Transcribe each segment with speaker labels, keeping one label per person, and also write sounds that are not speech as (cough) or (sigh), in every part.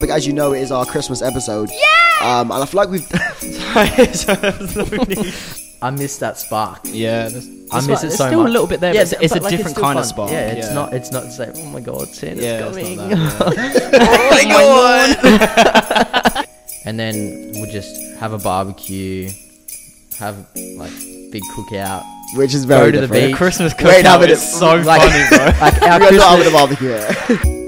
Speaker 1: Like, As you know, it is our Christmas episode.
Speaker 2: Yeah!
Speaker 1: Um, and I feel like we've.
Speaker 3: I miss that spark.
Speaker 4: (laughs) Yeah,
Speaker 3: I miss
Speaker 4: miss it
Speaker 3: it
Speaker 4: so
Speaker 3: so much.
Speaker 4: much. Yeah, it's- it's a
Speaker 3: like,
Speaker 4: different
Speaker 3: still
Speaker 4: kind of
Speaker 3: fun.
Speaker 4: spark,
Speaker 3: Yeah, it's
Speaker 4: yeah.
Speaker 3: not. It's not it's like, oh my god, Santa's
Speaker 4: Yeah, it's not
Speaker 3: coming.
Speaker 4: that,
Speaker 3: and then we'll just have a barbecue, have like big cookout.
Speaker 1: Which is very
Speaker 3: Go to the
Speaker 1: different.
Speaker 3: beach.
Speaker 4: Christmas cookout
Speaker 1: Wait, no, but
Speaker 4: is
Speaker 1: it's-
Speaker 4: (laughs) so
Speaker 3: like-
Speaker 4: funny, bro.
Speaker 3: Like
Speaker 1: We
Speaker 3: our
Speaker 1: are not
Speaker 3: Christmas,
Speaker 1: with a barbecue.
Speaker 4: (laughs)
Speaker 1: here. (laughs)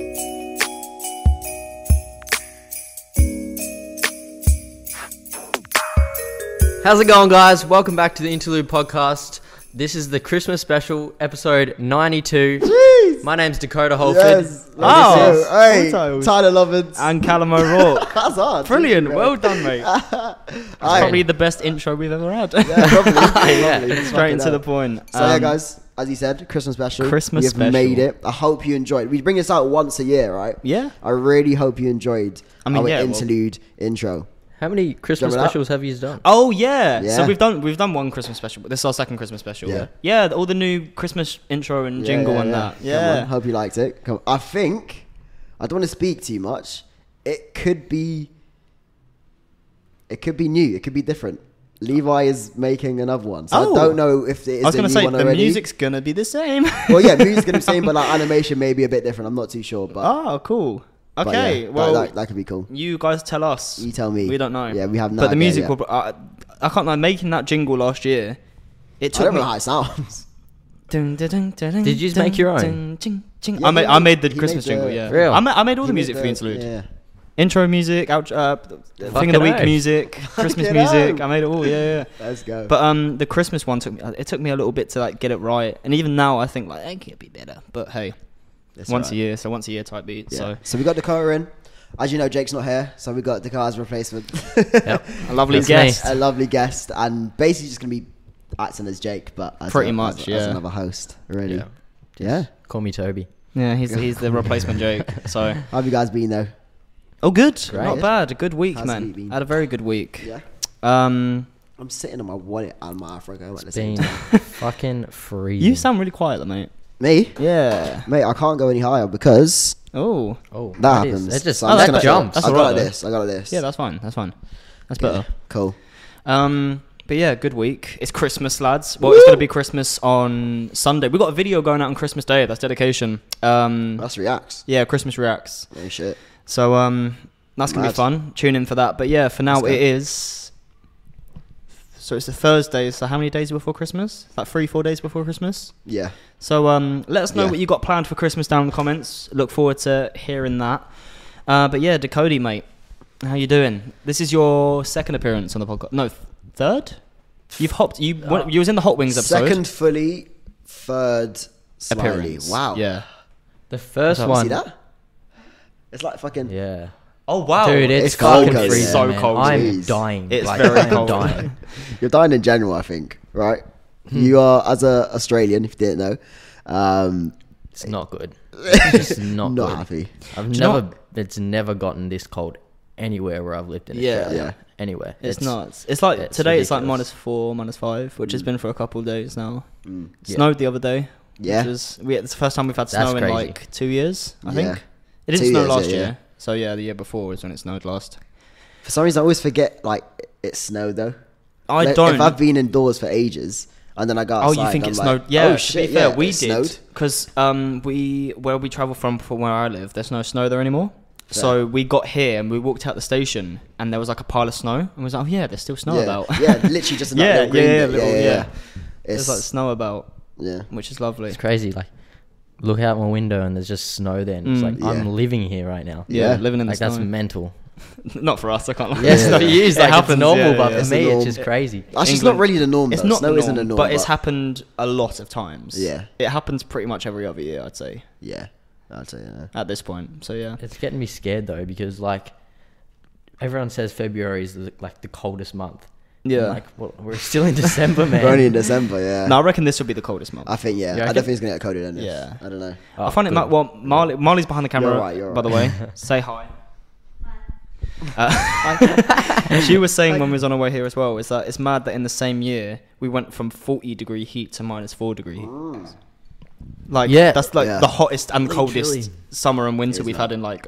Speaker 3: How's it going, guys? Welcome back to the Interlude Podcast. This is the Christmas special, episode 92. My name's Dakota Holford.
Speaker 1: yes.
Speaker 4: Oh,
Speaker 1: So, hey,
Speaker 4: photos.
Speaker 1: Tyler Lovins.
Speaker 4: and Callum O'Rourke.
Speaker 1: That's hard.
Speaker 4: Brilliant,
Speaker 1: Bro.
Speaker 4: well done, mate.
Speaker 1: Aye.
Speaker 4: Probably the best intro we've ever had.
Speaker 1: (laughs) Yeah, probably. Lovely.
Speaker 4: (laughs) Straight
Speaker 1: Fucking
Speaker 4: into the
Speaker 1: hell.
Speaker 4: point.
Speaker 1: So yeah,
Speaker 4: Um,
Speaker 1: guys, as he said, Christmas special.
Speaker 4: Christmas
Speaker 1: We've
Speaker 4: special.
Speaker 1: made it. I hope you enjoyed. We bring this out once a year, right?
Speaker 4: Yeah.
Speaker 1: I really hope you enjoyed
Speaker 4: I mean,
Speaker 1: our
Speaker 4: yeah, well-
Speaker 1: interlude intro.
Speaker 3: How many Christmas
Speaker 1: Jumping up.
Speaker 3: specials have you done?
Speaker 4: Oh yeah.
Speaker 1: Yeah.
Speaker 4: so we've done we've done one Christmas special. But this is our second Christmas special.
Speaker 1: Yeah.
Speaker 4: Yeah, yeah all the new Christmas intro and jingle and that.
Speaker 1: Come on,
Speaker 4: Yeah,
Speaker 1: hope you liked it. Come I think I don't want to speak too much. It could be it could be new, it could be different. Levi is making another one. So
Speaker 4: Oh.
Speaker 1: I don't know if it is
Speaker 4: I was
Speaker 1: a
Speaker 4: gonna
Speaker 1: new
Speaker 4: say
Speaker 1: one
Speaker 4: the
Speaker 1: already.
Speaker 4: music's gonna be the same.
Speaker 1: (laughs) well yeah, music's
Speaker 4: (laughs)
Speaker 1: gonna be the same, but like animation may be a bit different. I'm not too sure, but,
Speaker 4: Oh, cool.
Speaker 1: but yeah,
Speaker 4: Okay,
Speaker 1: that-
Speaker 4: well,
Speaker 1: that, that, could be cool.
Speaker 4: you guys tell us.
Speaker 1: You tell me.
Speaker 4: We don't know.
Speaker 1: Yeah, we have no
Speaker 4: But
Speaker 1: idea
Speaker 4: the music
Speaker 1: yet.
Speaker 4: will. I, I can't lie. Making that jingle last year, it
Speaker 1: I
Speaker 4: took
Speaker 1: don't
Speaker 4: me.
Speaker 1: know how it sounds.
Speaker 4: Dun, dun, dun, dun, dun,
Speaker 3: Did you just make your own?
Speaker 4: dun, dun, dun.
Speaker 1: Yeah,
Speaker 4: I made.
Speaker 1: he
Speaker 4: I made the
Speaker 1: made- he
Speaker 4: Christmas
Speaker 1: made the-
Speaker 4: jingle. Yeah.
Speaker 3: Real?
Speaker 4: I made, I made (laughs) all the
Speaker 1: He made
Speaker 4: music for the interlude.
Speaker 1: Yeah.
Speaker 4: Intro music, out, uh, thing
Speaker 3: Fucking
Speaker 4: of the week
Speaker 1: (laughs)
Speaker 3: oath.
Speaker 4: music, Christmas
Speaker 1: Fucking
Speaker 4: music.
Speaker 1: oath.
Speaker 4: I made it all. Yeah, yeah.
Speaker 1: Let's go.
Speaker 4: But um, the Christmas one took me. It took me a little bit to like get it right, and even now I think like it could be better. But hey,
Speaker 1: That's
Speaker 4: once
Speaker 1: alright.
Speaker 4: a year, so once a year type beat.
Speaker 1: Yeah.
Speaker 4: So
Speaker 1: we got Dakota in. As you know, Jake's not here, so we got Dakota's replacement. (laughs)
Speaker 3: Yep.
Speaker 4: a lovely
Speaker 3: That's
Speaker 4: guest.
Speaker 1: a lovely guest, and basically just gonna be acting as Jake, but as
Speaker 4: Pretty
Speaker 1: a-
Speaker 4: much,
Speaker 1: as,
Speaker 4: yeah.
Speaker 1: as another host, really. Yeah.
Speaker 4: Yeah.
Speaker 3: Call me Toby.
Speaker 4: Yeah, he's he's the replacement Jake.
Speaker 1: (laughs)
Speaker 4: So
Speaker 1: How have you guys been though?
Speaker 4: oh, good,
Speaker 3: Great.
Speaker 4: not bad. A good week,
Speaker 1: How's the
Speaker 4: man.
Speaker 1: week been?
Speaker 4: I had a very good week.
Speaker 1: Yeah,
Speaker 4: Um,
Speaker 1: I'm sitting on my wallet and my Afro comb at the same
Speaker 3: Been
Speaker 1: time.
Speaker 3: (laughs) fucking freezing.
Speaker 4: you sound really quiet, mate.
Speaker 1: Me,
Speaker 4: Yeah.
Speaker 1: mate, I can't go any higher because
Speaker 4: Oh,
Speaker 3: Oh,
Speaker 1: that
Speaker 3: is-
Speaker 1: happens.
Speaker 3: That just
Speaker 1: So I'm
Speaker 4: Oh,
Speaker 3: that
Speaker 1: gonna-
Speaker 4: that's-
Speaker 3: jumps.
Speaker 1: I
Speaker 4: that's
Speaker 1: got
Speaker 4: alright,
Speaker 1: like
Speaker 4: though.
Speaker 1: this. I got like this.
Speaker 4: yeah, that's fine. That's fine. That's better.
Speaker 1: cool.
Speaker 4: Um, but yeah, good week. It's Christmas, lads. Well, it's gonna be Christmas on Sunday. We got a video going out on Christmas Day. That's dedication. Um,
Speaker 1: That's reacts.
Speaker 4: yeah, Christmas reacts.
Speaker 1: Oh shit.
Speaker 4: So um, that's gonna
Speaker 1: Mad.
Speaker 4: be fun. Tune in for that. But yeah, for now
Speaker 1: Let's go.
Speaker 4: it is. So it's a Thursday. So how many days before Christmas? Like three, four days before Christmas.
Speaker 1: Yeah.
Speaker 4: So um, let us know
Speaker 1: Yeah.
Speaker 4: what you got planned for Christmas down in the comments. Look forward to hearing that. Uh, but yeah, Dakota, mate, how you doing? This is your second appearance on the podcast. No, third. You've hopped. You went, you was in the Hot Wings episode.
Speaker 1: Uh, Second fully, third slightly.
Speaker 4: appearance.
Speaker 1: Wow.
Speaker 4: Yeah.
Speaker 3: The first
Speaker 4: That's
Speaker 1: You see
Speaker 3: one.
Speaker 1: that? It's like fucking.
Speaker 3: Yeah.
Speaker 4: Oh wow,
Speaker 3: Dude, it's,
Speaker 1: it's cold
Speaker 3: fucking
Speaker 1: out there.
Speaker 3: freezing.
Speaker 1: It's so
Speaker 3: man.
Speaker 4: cold.
Speaker 3: I'm
Speaker 1: Jeez.
Speaker 3: dying.
Speaker 4: It's
Speaker 3: like,
Speaker 4: very
Speaker 3: I'm
Speaker 4: cold. (laughs)
Speaker 3: dying.
Speaker 1: You're dying in general, I think, right?
Speaker 4: Hmm.
Speaker 1: You are as a Australian, if you didn't know. Um,
Speaker 3: It's
Speaker 4: (laughs)
Speaker 3: not good. It's just not,
Speaker 1: not
Speaker 3: good.
Speaker 1: happy.
Speaker 3: I've
Speaker 4: you know
Speaker 3: never. It's never gotten this cold anywhere where I've lived in
Speaker 4: Yeah.
Speaker 3: Australia.
Speaker 1: Yeah.
Speaker 3: Anywhere.
Speaker 4: It's, nuts. It's like
Speaker 3: it's
Speaker 4: today. It's like
Speaker 3: ridiculous.
Speaker 4: minus four, minus five, which
Speaker 1: Mm.
Speaker 4: has been for a couple of days now.
Speaker 3: Yeah.
Speaker 4: Snowed the other day.
Speaker 1: Yeah.
Speaker 4: Which was, we, it's the first time we've had
Speaker 3: That's
Speaker 4: snow in
Speaker 3: crazy.
Speaker 4: like two years. I
Speaker 1: Yeah.
Speaker 4: think it didn't
Speaker 1: Two
Speaker 4: snow
Speaker 1: years,
Speaker 4: last
Speaker 1: yeah,
Speaker 4: year.
Speaker 1: yeah.
Speaker 4: So yeah, the year before was when it snowed last.
Speaker 1: For some reason, I always forget like it snowed though.
Speaker 4: I
Speaker 1: Like,
Speaker 4: don't.
Speaker 1: If I've been indoors for ages and then I go
Speaker 4: Oh,
Speaker 1: outside,
Speaker 4: you think
Speaker 1: and
Speaker 4: it
Speaker 1: I'm like,
Speaker 4: snowed? yeah.
Speaker 1: Oh
Speaker 4: to
Speaker 1: shit!
Speaker 4: be fair,
Speaker 1: yeah,
Speaker 4: we
Speaker 1: it
Speaker 4: did because um, we where we travel from from where I live, there's no snow there anymore. So we got here and we walked out the station and there was like a pile of snow and we was like, oh yeah, there's still snow
Speaker 1: yeah,
Speaker 4: about.
Speaker 1: yeah, literally
Speaker 4: (laughs)
Speaker 1: just in that
Speaker 4: Yeah,
Speaker 1: little green
Speaker 4: yeah,
Speaker 1: bit.
Speaker 4: little-
Speaker 1: yeah, yeah,
Speaker 4: yeah.
Speaker 1: yeah.
Speaker 4: there's
Speaker 1: It's
Speaker 4: like snow about,
Speaker 1: yeah.
Speaker 4: which is lovely.
Speaker 3: It's crazy. Like, look out my window and there's just snow. Then it's
Speaker 4: Mm.
Speaker 3: like I'm
Speaker 1: Yeah.
Speaker 3: living here right now.
Speaker 4: Yeah,
Speaker 1: Yeah.
Speaker 4: living in the
Speaker 3: Like
Speaker 4: snow.
Speaker 3: that's mental.
Speaker 4: (laughs) Not for us, I can't lie.
Speaker 1: Yeah,
Speaker 3: Yes,
Speaker 1: yeah,
Speaker 3: no,
Speaker 1: yeah.
Speaker 4: (laughs)
Speaker 3: you use
Speaker 4: It
Speaker 3: like
Speaker 4: happens,
Speaker 3: it's normal,
Speaker 4: yeah,
Speaker 3: but
Speaker 4: yeah,
Speaker 3: for
Speaker 4: yeah.
Speaker 1: It's the
Speaker 3: me
Speaker 1: norm.
Speaker 3: it's just crazy.
Speaker 1: Actually, it's not
Speaker 4: England-
Speaker 1: really the norm.
Speaker 4: It's
Speaker 1: though.
Speaker 4: not
Speaker 1: snow
Speaker 4: the norm,
Speaker 1: isn't the norm,
Speaker 4: but it's happened a lot of times.
Speaker 1: Yeah.
Speaker 4: it happens pretty much every other year, I'd say,
Speaker 1: Yeah, I'll tell you. that.
Speaker 4: at this point. So yeah,
Speaker 3: It's getting me scared though because like everyone says February is the, like the coldest month. I'm
Speaker 4: Yeah.
Speaker 3: like well, we're still in December, man.
Speaker 1: (laughs) We're only in December. Yeah.
Speaker 4: no, I reckon this will be the coldest month.
Speaker 1: Uh, I think yeah.
Speaker 3: You
Speaker 1: I
Speaker 3: reckon?
Speaker 1: don't think it's gonna get colder than this.
Speaker 4: Yeah.
Speaker 1: I don't know.
Speaker 3: Oh,
Speaker 4: I find it.
Speaker 3: good.
Speaker 4: Ma- well, Marley, Marley's behind the camera.
Speaker 1: You're right, you're
Speaker 4: By the way,
Speaker 1: right. (laughs)
Speaker 4: say hi. (laughs) Uh, (laughs) she was saying when we was on our way here as well is that it's mad that in the same year we went from 40 degree heat to minus 4 degree heat. like
Speaker 3: Yeah.
Speaker 4: that's like
Speaker 1: Yeah.
Speaker 4: the hottest and
Speaker 3: Literally.
Speaker 4: coldest summer and winter
Speaker 1: is
Speaker 4: we've
Speaker 1: mad.
Speaker 4: had in like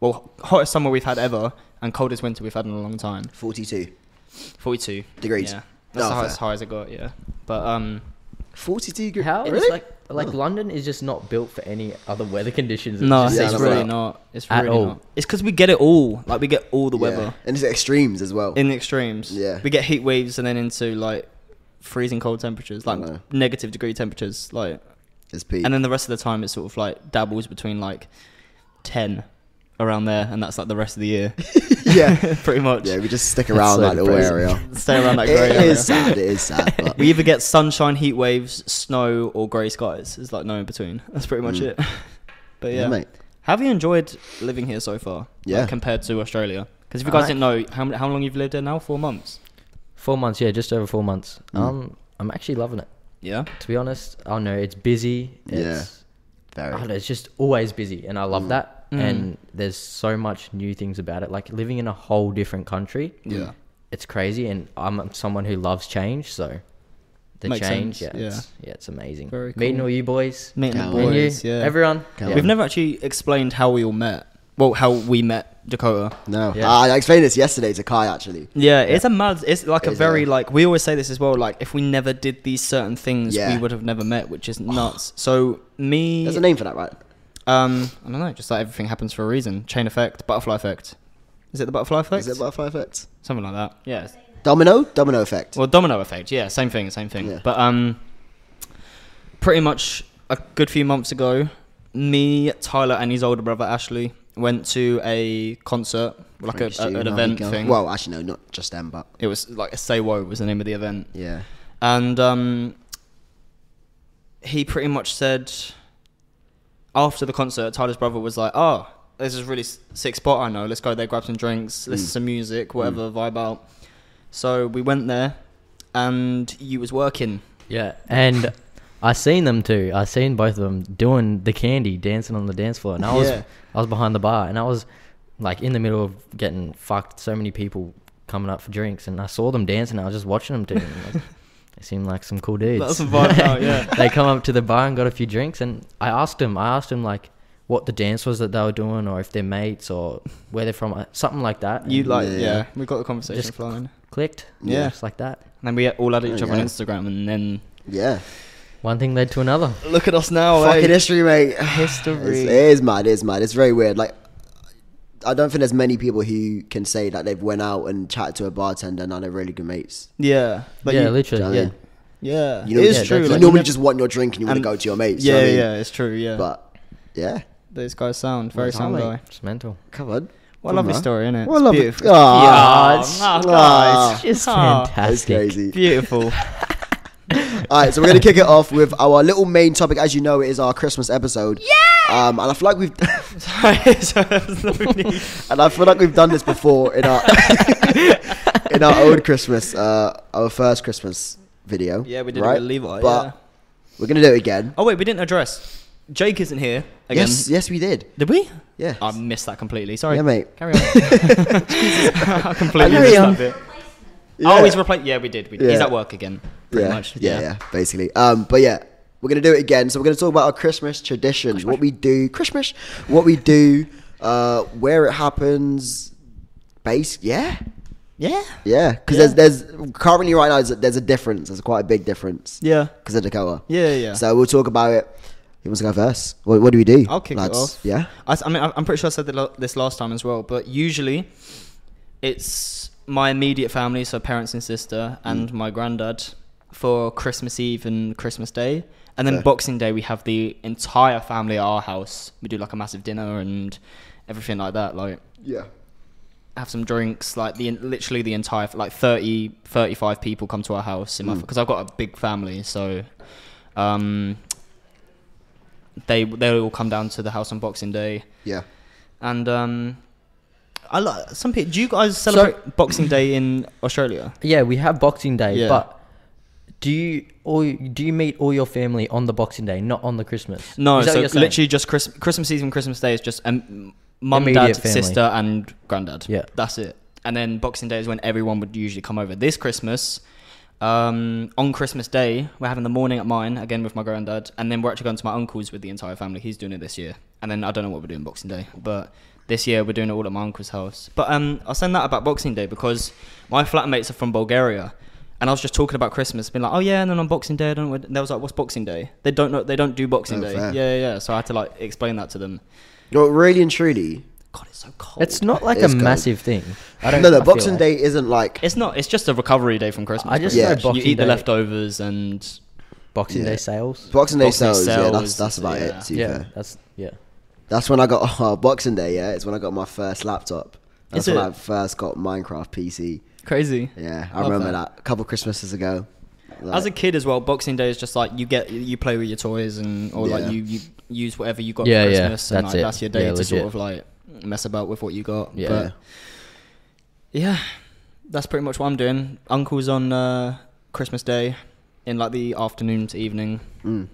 Speaker 4: well, hottest summer we've had ever, and coldest winter we've had in a long time.
Speaker 1: 42
Speaker 4: 42
Speaker 1: Degrees.
Speaker 4: Yeah, that's
Speaker 1: Oh,
Speaker 4: the highest
Speaker 1: fair.
Speaker 4: high as I got. Yeah, but um,
Speaker 1: 42 gr-
Speaker 3: How?
Speaker 1: really?
Speaker 3: It's like
Speaker 4: Oh.
Speaker 3: like London is just not built for any other weather conditions.
Speaker 4: no,
Speaker 3: just
Speaker 1: Yeah,
Speaker 4: it's
Speaker 1: that's
Speaker 4: really
Speaker 1: right.
Speaker 4: not. It's
Speaker 3: At
Speaker 4: really
Speaker 3: all.
Speaker 4: not. It's because we get it all. Like we get all the
Speaker 1: Yeah.
Speaker 4: weather
Speaker 1: and it's extremes as well
Speaker 4: in the extremes.
Speaker 1: Yeah.
Speaker 4: we get heat waves and then into like freezing cold temperatures,
Speaker 1: I
Speaker 4: like
Speaker 1: know.
Speaker 4: negative degree temperatures, like,
Speaker 1: it's peak
Speaker 4: and then the rest of the time it's sort of like dabbles between like ten around there, and that's like the rest of the year.
Speaker 1: (laughs) yeah
Speaker 4: (laughs) pretty much.
Speaker 1: yeah we just stick
Speaker 3: That's
Speaker 1: around
Speaker 3: so
Speaker 1: that little
Speaker 3: depressing.
Speaker 1: area
Speaker 4: Stay around that grey
Speaker 1: it
Speaker 4: area.
Speaker 1: is sad it is
Speaker 4: (laughs)
Speaker 1: sad but
Speaker 4: We either get sunshine, heat waves, snow, or grey skies. There's like no in between. That's pretty much
Speaker 1: Mm.
Speaker 4: it. (laughs) but yeah.
Speaker 1: yeah mate
Speaker 4: Have you enjoyed living here so far? Like,
Speaker 1: Yeah.
Speaker 4: compared to Australia? Because if you
Speaker 3: I
Speaker 4: guys
Speaker 3: like-
Speaker 4: didn't know, how, m- how long you've lived here now? Four months.
Speaker 3: Four months, yeah, just over four months.
Speaker 1: Mm.
Speaker 3: Um, I'm actually loving it.
Speaker 4: Yeah.
Speaker 3: To be honest, I don't know it's busy.
Speaker 1: Yeah. Hmm.
Speaker 3: It's, I
Speaker 1: very
Speaker 3: don't know, it's just always busy, and I love that.
Speaker 4: Mm.
Speaker 3: And there's so much new things about it. Like living in a whole different country,
Speaker 4: Yeah.
Speaker 3: it's crazy. And I'm someone who loves change, so the
Speaker 4: Makes
Speaker 3: change,
Speaker 4: sense,
Speaker 3: yeah, It's, yeah, it's amazing.
Speaker 4: Very
Speaker 3: Meeting
Speaker 4: cool.
Speaker 3: all you boys,
Speaker 4: Meeting the
Speaker 1: Come on.
Speaker 3: and you,
Speaker 4: boys. Yeah.
Speaker 3: everyone.
Speaker 1: Come
Speaker 3: Yeah.
Speaker 1: on.
Speaker 4: We've never actually explained how we all met. Well, how we met Dakota.
Speaker 1: no Ah,
Speaker 3: Yeah.
Speaker 1: I, I explained this yesterday to Kai actually
Speaker 4: Yeah, it's a mad. It's like a
Speaker 1: It's,
Speaker 4: very
Speaker 1: uh,
Speaker 4: like we always say this as well. Like if we never did these certain things,
Speaker 1: Yeah. Oh.
Speaker 4: we would have never met, which is nuts. so me,
Speaker 1: there's a name for that right
Speaker 4: Um, I don't know. Just like everything happens for a reason. Chain effect, butterfly effect. Is it the butterfly effect?
Speaker 1: is it butterfly effect
Speaker 4: Something like that. Yeah. it's-
Speaker 1: domino domino effect
Speaker 4: Well, domino effect. Yeah, same thing. Same thing.
Speaker 1: Yeah.
Speaker 4: But um, pretty much a good few months ago, me, Tyler, and his older brother Ashley went to a concert, like a,
Speaker 1: Frankie
Speaker 4: a-
Speaker 1: Stew,
Speaker 4: an
Speaker 1: Marvin
Speaker 4: event
Speaker 1: Gaye.
Speaker 4: thing.
Speaker 1: well actually no not just them but
Speaker 4: it was like a say woe was the name of the event.
Speaker 1: yeah
Speaker 4: and um, he pretty much said after the concert, Tyler's brother was like, "Oh, this is really s- sick spot. I know. Let's go there, grab some drinks, listen to
Speaker 1: Mm.
Speaker 4: some music, whatever vibe out." So we went there, and you was working.
Speaker 3: Yeah, and I seen them too. I seen both of them doing the candy, dancing on the dance floor, and I was
Speaker 4: Yeah.
Speaker 3: I was behind the bar, and I was like in the middle of getting fucked. So many people coming up for drinks, and I saw them dancing. I was just watching them do. it,
Speaker 4: (laughs)
Speaker 3: and, like, they seemed like some cool dudes.
Speaker 4: That's a vibe out, yeah.
Speaker 3: (laughs) they come up to the bar and got a few drinks, and I asked them. I asked them like what the dance was that they were doing, or if they're mates, or where they're from, uh, something like that.
Speaker 4: You
Speaker 3: and
Speaker 4: like,
Speaker 1: Mm, Yeah.
Speaker 4: yeah. We got the conversation
Speaker 3: Just-
Speaker 4: flowing, and
Speaker 3: clicked,
Speaker 4: Yeah.
Speaker 3: just like that.
Speaker 4: then we all added each
Speaker 1: There
Speaker 4: other
Speaker 1: you
Speaker 4: on
Speaker 1: go.
Speaker 4: Instagram, and then
Speaker 1: yeah
Speaker 3: One thing led to another.
Speaker 4: look at us now.
Speaker 1: fucking history mate (sighs)
Speaker 4: Oh, History.
Speaker 1: It's, it is mad. It is mad. It's very weird. Like, I don't think there's many people who can say that they've went out and chatted to a bartender and are really good mates.
Speaker 4: yeah, like
Speaker 3: yeah,
Speaker 4: you-
Speaker 1: Do
Speaker 3: literally.
Speaker 1: you know
Speaker 3: Yeah.
Speaker 1: what
Speaker 4: yeah.
Speaker 1: You know,
Speaker 4: it
Speaker 1: yeah,
Speaker 4: is true.
Speaker 1: You
Speaker 4: like,
Speaker 1: normally
Speaker 4: nev-
Speaker 1: just want your drink and you want to
Speaker 4: and-
Speaker 1: go to your mates. you
Speaker 4: yeah,
Speaker 1: know what I mean?
Speaker 4: yeah, it's true. Yeah,
Speaker 1: But yeah,
Speaker 4: these guys sound very sound
Speaker 1: Tyler.
Speaker 4: guy.
Speaker 3: It's mental.
Speaker 1: come on.
Speaker 4: What a lovely
Speaker 1: Come on.
Speaker 4: story, innit?
Speaker 1: What a
Speaker 4: It's
Speaker 1: lovely-
Speaker 4: beautiful.
Speaker 1: Aw,
Speaker 4: Yeah,
Speaker 1: it's-
Speaker 4: oh,
Speaker 1: aw.
Speaker 4: guys.
Speaker 3: Just
Speaker 4: Aw,
Speaker 1: That's
Speaker 3: fantastic.
Speaker 1: crazy.
Speaker 4: (laughs) Beautiful.
Speaker 1: All right, so we're gonna kick it off with our little main topic. As you know, it is our Christmas episode. Yeah. Um, and I feel like we've
Speaker 4: (laughs)
Speaker 1: and I feel like we've done this before in our (laughs) in our old Christmas, uh, our first Christmas video.
Speaker 4: yeah, we did
Speaker 1: right?
Speaker 4: it with Levi.
Speaker 1: But
Speaker 4: yeah.
Speaker 1: we're gonna do it again.
Speaker 4: Oh wait, we didn't address. Jake isn't here again.
Speaker 1: Yes, yes, we did.
Speaker 4: Did we?
Speaker 1: Yeah.
Speaker 4: I missed that completely. Sorry.
Speaker 1: Yeah,
Speaker 4: (laughs)
Speaker 1: mate.
Speaker 4: Carry on. (laughs) I completely
Speaker 1: Carry
Speaker 4: missed
Speaker 1: on.
Speaker 4: that bit. Oh, he's replaced. Yeah, we did. We did. He's
Speaker 1: Yeah.
Speaker 4: at work again. Pretty
Speaker 1: yeah.
Speaker 4: much.
Speaker 1: Yeah, yeah, basically. Um, but yeah, we're gonna do it again. So we're gonna talk about our Christmas traditions, what we do, Christmas, what we do, uh, where it happens. Base, yeah,
Speaker 4: Yeah.
Speaker 1: yeah. Because
Speaker 4: Yeah.
Speaker 1: there's there's currently right now there's a, there's a difference. There's quite a big difference
Speaker 4: Yeah.
Speaker 1: because of Dakota.
Speaker 4: Yeah. Yeah.
Speaker 1: So we'll talk about it. Who wants to go first? What, what do we do?
Speaker 4: I'll kick it off.
Speaker 1: Yeah.
Speaker 4: I, s- I mean, I- I'm pretty sure I said the lo- this last time as well, but usually it's my immediate family, so parents and sister, and my granddad for Christmas Eve and Christmas Day. And then
Speaker 1: Fair.
Speaker 4: Boxing Day, we have the entire family at our house. We do like a massive dinner and everything like that. Like,
Speaker 1: Yeah.
Speaker 4: have some drinks. Like, the en- literally the entire, like 30, 35 people come to our house in my because I've got a big family. So, um, they they all come down to the house on Boxing Day
Speaker 1: Yeah.
Speaker 4: and um, I like some people. Do you guys celebrate Boxing Day in Australia?
Speaker 3: (laughs) Yeah, we have Boxing Day,
Speaker 4: Yeah.
Speaker 3: but do you all do you meet all your family on the Boxing Day, not on the Christmas?
Speaker 4: No,
Speaker 3: Is that
Speaker 4: so
Speaker 3: what you're saying?
Speaker 4: literally just Christmas, Christmas Eve and Christmas Day is just um, mum,
Speaker 3: Immediate
Speaker 4: dad,
Speaker 3: family.
Speaker 4: sister, and granddad.
Speaker 3: Yeah.
Speaker 4: that's it. And then Boxing Day is when everyone would usually come over. This Christmas, um, on Christmas Day, we're having the morning at mine again with my granddad, and then we're actually going to my uncle's with the entire family. He's doing it this year, and then I don't know what we're doing Boxing Day, but this year we're doing it all at my uncle's house. But um, I'll send that about Boxing Day because my flatmates are from Bulgaria, and I was just talking about Christmas, being like, oh yeah, and then on Boxing Day, I don't. know what-" And they was like, what's Boxing Day? They don't know. They don't do Boxing
Speaker 1: Oh,
Speaker 4: Day.
Speaker 1: fair.
Speaker 4: Yeah, yeah, yeah. So I had to like explain that to them.
Speaker 1: No, really and truly.
Speaker 4: God, it's so cold.
Speaker 3: It's not like
Speaker 1: It
Speaker 3: a
Speaker 1: is cold.
Speaker 3: massive thing. I don't
Speaker 1: no,
Speaker 3: I
Speaker 1: no,
Speaker 3: feel
Speaker 1: Boxing
Speaker 3: like-
Speaker 1: Day isn't like.
Speaker 4: It's not. It's just a recovery day from Christmas.
Speaker 3: I just
Speaker 4: pretty
Speaker 1: know
Speaker 4: much. you
Speaker 3: Boxing
Speaker 4: eat the
Speaker 3: Day-
Speaker 4: leftovers and
Speaker 3: Boxing
Speaker 1: Yeah.
Speaker 3: Day sales.
Speaker 1: Boxing Day
Speaker 4: Boxing Day
Speaker 1: sales, yeah, that's
Speaker 4: sales,
Speaker 1: that's about
Speaker 4: yeah.
Speaker 1: it. To be
Speaker 3: Yeah,
Speaker 1: fair.
Speaker 3: that's yeah.
Speaker 1: That's when I got (laughs) oh, Boxing Day. Yeah, it's when I got my first laptop. That's
Speaker 4: Is
Speaker 1: when
Speaker 4: it?
Speaker 1: I first got Minecraft PC.
Speaker 4: crazy.
Speaker 1: Yeah, I
Speaker 4: Love
Speaker 1: remember
Speaker 4: that.
Speaker 1: that. a couple Christmases ago.
Speaker 4: As a kid as well, Boxing Day is just like you get you play with your toys and or
Speaker 1: Yeah.
Speaker 4: like you, you use whatever you got
Speaker 3: Yeah,
Speaker 4: for
Speaker 3: yeah,
Speaker 4: Christmas and
Speaker 3: that's
Speaker 4: like
Speaker 3: it.
Speaker 4: that's your day
Speaker 3: Yeah,
Speaker 4: to sort
Speaker 3: legit.
Speaker 4: of like mess about with what you got.
Speaker 3: Yeah.
Speaker 4: But yeah, that's pretty much what I'm doing. Uncle's on uh, Christmas Day in like the afternoon to evening,
Speaker 1: Mm.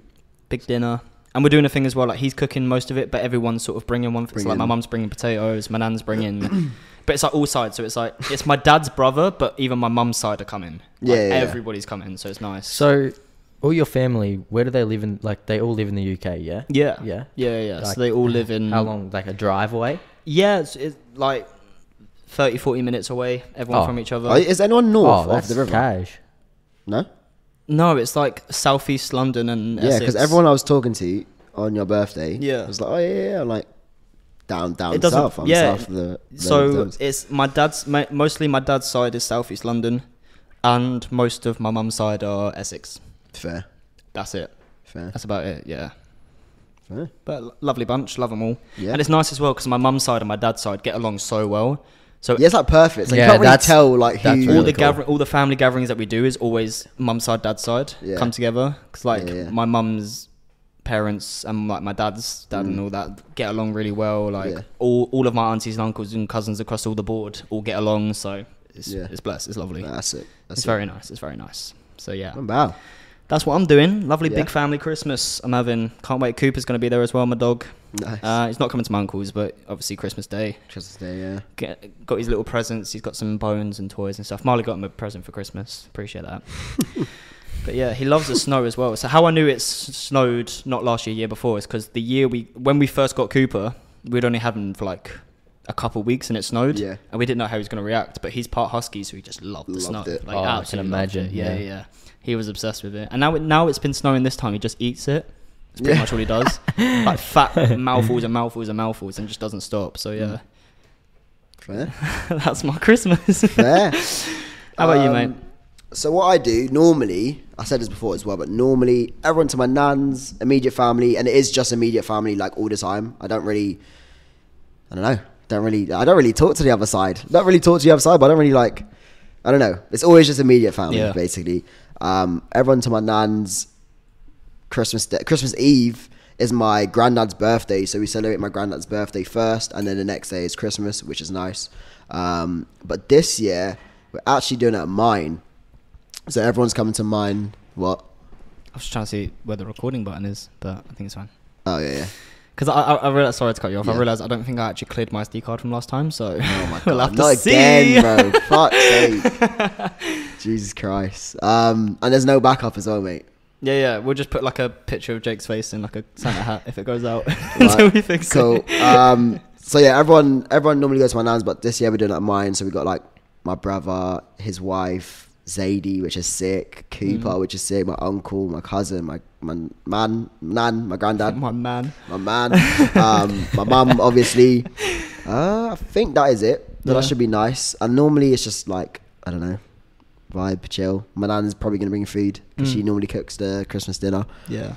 Speaker 4: big dinner. And we're doing a thing as well, like he's cooking most of it, but everyone's sort of bringing one. so like my
Speaker 1: Bringing-
Speaker 4: mum's bringing potatoes, my nan's bringing, (coughs) but it's like all sides. So it's like it's my dad's brother, but even my mum's side are coming. Like,
Speaker 1: Yeah, yeah, yeah.
Speaker 4: everybody's coming, so it's nice.
Speaker 3: So, all your family, where do they live in? Like, they all live in the UK, yeah?
Speaker 4: Yeah.
Speaker 3: Yeah.
Speaker 4: Yeah, yeah.
Speaker 3: Like,
Speaker 4: so they all live in.
Speaker 3: How long? Like a drive away?
Speaker 4: Yeah, it's, it's like 30, 40 minutes away, everyone
Speaker 3: Oh.
Speaker 4: from each other.
Speaker 1: Oh, is anyone north
Speaker 3: oh,
Speaker 1: of
Speaker 3: that's
Speaker 1: the river?
Speaker 3: cash.
Speaker 1: No.
Speaker 4: no, it's like southeast London and
Speaker 1: Yeah, because
Speaker 4: Essex.
Speaker 1: everyone I was talking to on your birthday,
Speaker 4: Yeah.
Speaker 1: was like, oh yeah, yeah, I'm like down, down
Speaker 4: It doesn't-
Speaker 1: south. I'm
Speaker 4: yeah.
Speaker 1: south of the. the
Speaker 4: So
Speaker 1: Thames.
Speaker 4: it's my dad's, my, mostly my dad's side is southeast London, and most of my mum's side are Essex.
Speaker 1: fair,
Speaker 4: That's it.
Speaker 1: fair,
Speaker 4: That's about it, yeah.
Speaker 1: fair.
Speaker 4: But lo- lovely bunch, love them all.
Speaker 1: Yeah.
Speaker 4: And it's nice as well because my mum's side and my dad's side get along so well. So
Speaker 1: Yeah, it's like perfect. Like,
Speaker 3: Yeah,
Speaker 1: you can't really
Speaker 3: that's-
Speaker 1: tell like who.
Speaker 3: that's
Speaker 4: all
Speaker 3: really
Speaker 4: the
Speaker 3: cool.
Speaker 4: gather- all the family gatherings that we do is always mum side, dad side
Speaker 1: Yeah.
Speaker 4: come together because like
Speaker 1: Yeah, yeah.
Speaker 4: my mum's parents and like my dad's dad and all that get along really well. Like
Speaker 1: Mm. Yeah.
Speaker 4: all all of my aunties and uncles and cousins across all the board all get along. So it's
Speaker 1: Yeah.
Speaker 4: it's blessed. It's lovely.
Speaker 1: Nah, that's it. That's
Speaker 4: it's
Speaker 1: it.
Speaker 4: very nice. It's very nice. So yeah,
Speaker 1: Oh, Wow.
Speaker 4: that's what I'm doing. Lovely
Speaker 1: Yeah.
Speaker 4: big family Christmas I'm having. Can't wait. Cooper's going to be there as well. My dog.
Speaker 1: Nice.
Speaker 4: Uh, he's not coming to my uncle's, but obviously Christmas Day.
Speaker 1: Christmas Day, yeah.
Speaker 4: Get, got his little presents. He's got some bones and toys and stuff. Marley got him a present for Christmas. Appreciate
Speaker 1: (laughs)
Speaker 4: that. but yeah, he loves the snow as well. So how I knew it s- snowed not last year, year before, is because the year we when we first got Cooper, we'd only had him for like a couple weeks and it snowed.
Speaker 1: Yeah.
Speaker 4: and we didn't know how he was going to react. But he's part husky, so he just loved the
Speaker 1: Loved
Speaker 4: snow.
Speaker 1: it.
Speaker 4: Like,
Speaker 3: Oh, I can
Speaker 4: absolutely loved
Speaker 3: imagine,
Speaker 4: it. Yeah,
Speaker 3: yeah.
Speaker 4: yeah, yeah. He was obsessed with it. And now it, now it's been snowing this time. He just eats it. That's pretty
Speaker 1: Yeah.
Speaker 4: much all he does.
Speaker 1: (laughs)
Speaker 4: like fat mouthfuls and mouthfuls and mouthfuls and just doesn't stop. So yeah.
Speaker 1: Fair.
Speaker 4: (laughs) That's my Christmas.
Speaker 1: Fair.
Speaker 4: (laughs) How about you, mate?
Speaker 1: Um, So what I do normally, I said this before as well, but normally everyone to my nan's immediate family, and it is just immediate family like all the time. I don't really, I don't know, don't really, I don't really talk to the other side. Not really talk to the other side, but I don't really like, I don't know. It's always just immediate family
Speaker 4: Yeah.
Speaker 1: basically. Um, everyone to my nan's Christmas day, Christmas Eve is my granddad's birthday, so we celebrate my granddad's birthday first, and then the next day is Christmas, which is nice. Um, but this year, we're actually doing it at mine, so everyone's coming to mine. What?
Speaker 4: I was just trying to see where the recording button is, but I think it's fine.
Speaker 1: Oh yeah, yeah.
Speaker 4: Because I, I, I realized, sorry to cut you off. I
Speaker 1: Yeah.
Speaker 4: realized I don't think I actually cleared my SD card from last time, so
Speaker 1: Oh (laughs)
Speaker 4: (laughs)
Speaker 1: my god,
Speaker 4: we'll have to
Speaker 1: not
Speaker 4: see.
Speaker 1: again, (laughs) bro. Fuck's sake. Jesus Christ. Um, and there's no backup as well, mate.
Speaker 4: (laughs) Yeah, yeah. We'll just put like a picture of Jake's face in like a Santa hat if it goes out (laughs)
Speaker 1: (laughs)
Speaker 4: until
Speaker 1: Right.
Speaker 4: we fix
Speaker 1: cool.
Speaker 4: it. (laughs)
Speaker 1: Um, so yeah, everyone everyone normally goes to my nan's, but this year we're doing it at mine. So we got like my brother, his wife, Zadie, which is sick, Cooper,
Speaker 4: Mhm.
Speaker 1: which is sick, my uncle, my cousin, my my man, nan, my granddad,
Speaker 4: my man.
Speaker 1: my man, um, my
Speaker 4: (laughs)
Speaker 1: mum, obviously. Uh, I think that is it. So
Speaker 4: Yeah.
Speaker 1: That should be nice. And normally it's just like I don't know, vibe, chill. My nan's probably gonna bring food because she
Speaker 4: Mm.
Speaker 1: normally cooks the Christmas dinner
Speaker 4: Yeah.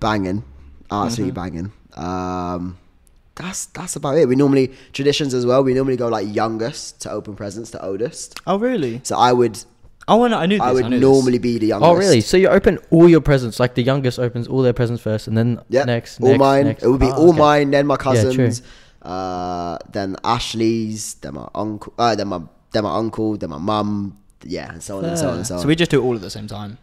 Speaker 1: banging, absolutely
Speaker 4: Mm-hmm.
Speaker 1: banging. Um, that's that's about it. We normally traditions as well. We normally go like youngest to open presents to oldest.
Speaker 4: Oh really?
Speaker 1: So I would
Speaker 4: Oh, I knew this.
Speaker 1: I would
Speaker 4: knew this.
Speaker 1: normally be the youngest.
Speaker 3: Oh, really? So you open all your presents, like the youngest opens all their presents first, and then
Speaker 1: Yeah.
Speaker 3: next,
Speaker 1: all
Speaker 3: next,
Speaker 1: mine.
Speaker 3: next.
Speaker 1: It would be
Speaker 3: Ah,
Speaker 1: all
Speaker 3: okay.
Speaker 1: mine. Then my
Speaker 3: true.
Speaker 1: cousins. uh, then Ashley's. Then my uncle. Uh, then my then my uncle. Then my mum. Yeah, and so on and so on and so on.
Speaker 4: Ah. So we just do it all at the same time.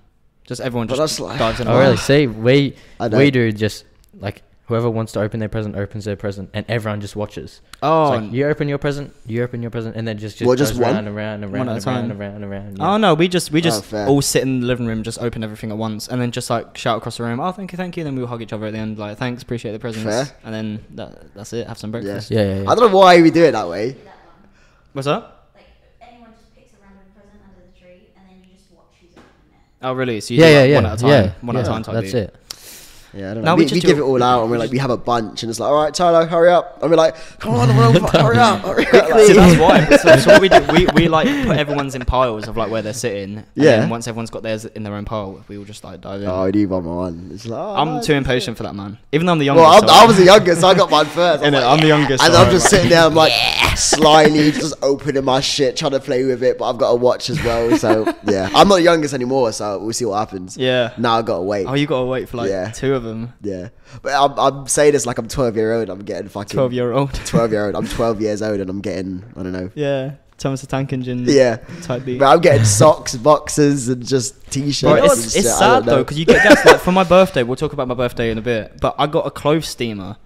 Speaker 4: Just everyone
Speaker 1: But
Speaker 4: just
Speaker 1: that's like-
Speaker 4: dives in.
Speaker 1: Oh,
Speaker 4: at
Speaker 3: Oh, really?
Speaker 4: once.
Speaker 3: See, we
Speaker 1: I don't-
Speaker 3: we do just like whoever wants to open their present opens their present, and everyone just watches.
Speaker 4: Oh,
Speaker 3: It's like, you open your present, you open your present, and then just just,
Speaker 1: Well, just
Speaker 3: goes
Speaker 1: one?
Speaker 3: round and round and
Speaker 4: One
Speaker 3: round
Speaker 4: at
Speaker 3: and
Speaker 4: a
Speaker 3: round
Speaker 4: time.
Speaker 3: and round and round.
Speaker 4: Oh no, we just we
Speaker 1: Oh,
Speaker 4: just
Speaker 1: fair.
Speaker 4: all sit in the living room, just open everything at once, and then just like shout across the room. Oh, thank you, thank you. Then we will hug each other at the end, like thanks, appreciate the presents,
Speaker 1: Fair.
Speaker 4: and then that, that's it. Have some breakfast.
Speaker 3: Yeah, yeah, yeah.
Speaker 1: I don't know why we do it that way.
Speaker 4: What's up?
Speaker 2: Like anyone just picks a random present under the tree and then you just watch who's opening it.
Speaker 4: Oh really? So you
Speaker 3: yeah,
Speaker 4: do,
Speaker 3: yeah,
Speaker 4: like,
Speaker 3: yeah.
Speaker 4: One at a time.
Speaker 3: yeah,
Speaker 4: one at a
Speaker 3: yeah,
Speaker 4: time. Type
Speaker 3: That's
Speaker 1: (laughs)
Speaker 4: beat.
Speaker 3: it.
Speaker 1: Yeah, I don't know.
Speaker 4: No,
Speaker 1: we,
Speaker 4: we
Speaker 1: we,
Speaker 4: just do
Speaker 1: give
Speaker 4: it-
Speaker 1: it all out, and we're like, we have a bunch, and it's like, all right, Tyler, hurry up, and we're like, come on,
Speaker 4: (laughs)
Speaker 1: everyone, hurry up, hurry up.
Speaker 4: So
Speaker 1: Like- (laughs)
Speaker 4: that's why. So, so what we do, we, we like put everyone's in piles of like where they're sitting. And
Speaker 1: Yeah.
Speaker 4: Then once everyone's got theirs in their own pile, we all just like dive in.
Speaker 1: Oh, I do one by one. It's like, oh,
Speaker 4: I'm
Speaker 1: no,
Speaker 4: too impatient for that, man. Even though I'm the youngest.
Speaker 1: Well, I'm,
Speaker 4: so
Speaker 1: I was the youngest, so I
Speaker 4: (laughs)
Speaker 1: got mine first.
Speaker 4: Innit,
Speaker 1: like,
Speaker 4: I'm
Speaker 1: (laughs)
Speaker 4: the youngest,
Speaker 1: and
Speaker 4: so
Speaker 1: I'm
Speaker 4: I'm
Speaker 1: just
Speaker 4: like-
Speaker 1: sitting there. I'm like slyly just opening my shit, trying to play with it, but I've got to watch as well. So yeah, I'm not the youngest anymore, so we'll see what happens.
Speaker 4: (laughs) Yeah.
Speaker 1: Now I gotta wait.
Speaker 4: Oh, you gotta wait for like
Speaker 1: Yeah.
Speaker 4: two of them.
Speaker 1: yeah, but I'm, I'm saying this like I'm 12 year old. I'm getting fucking
Speaker 4: Twelve
Speaker 1: (laughs)
Speaker 4: year old.
Speaker 1: 12 year old. I'm 12 years old, and I'm getting I don't know.
Speaker 4: (laughs) yeah. Thomas the Tank Engine.
Speaker 1: Yeah.
Speaker 4: Type beat.
Speaker 1: But I'm getting socks, boxes, and just t-shirts.
Speaker 4: Bro,
Speaker 1: and
Speaker 4: it's,
Speaker 1: shit,
Speaker 4: it's
Speaker 1: I
Speaker 4: sad
Speaker 1: don't know.
Speaker 4: though because you get
Speaker 1: (laughs)
Speaker 4: gas like for my birthday. We'll talk about my birthday in a bit, but I got a clothes steamer.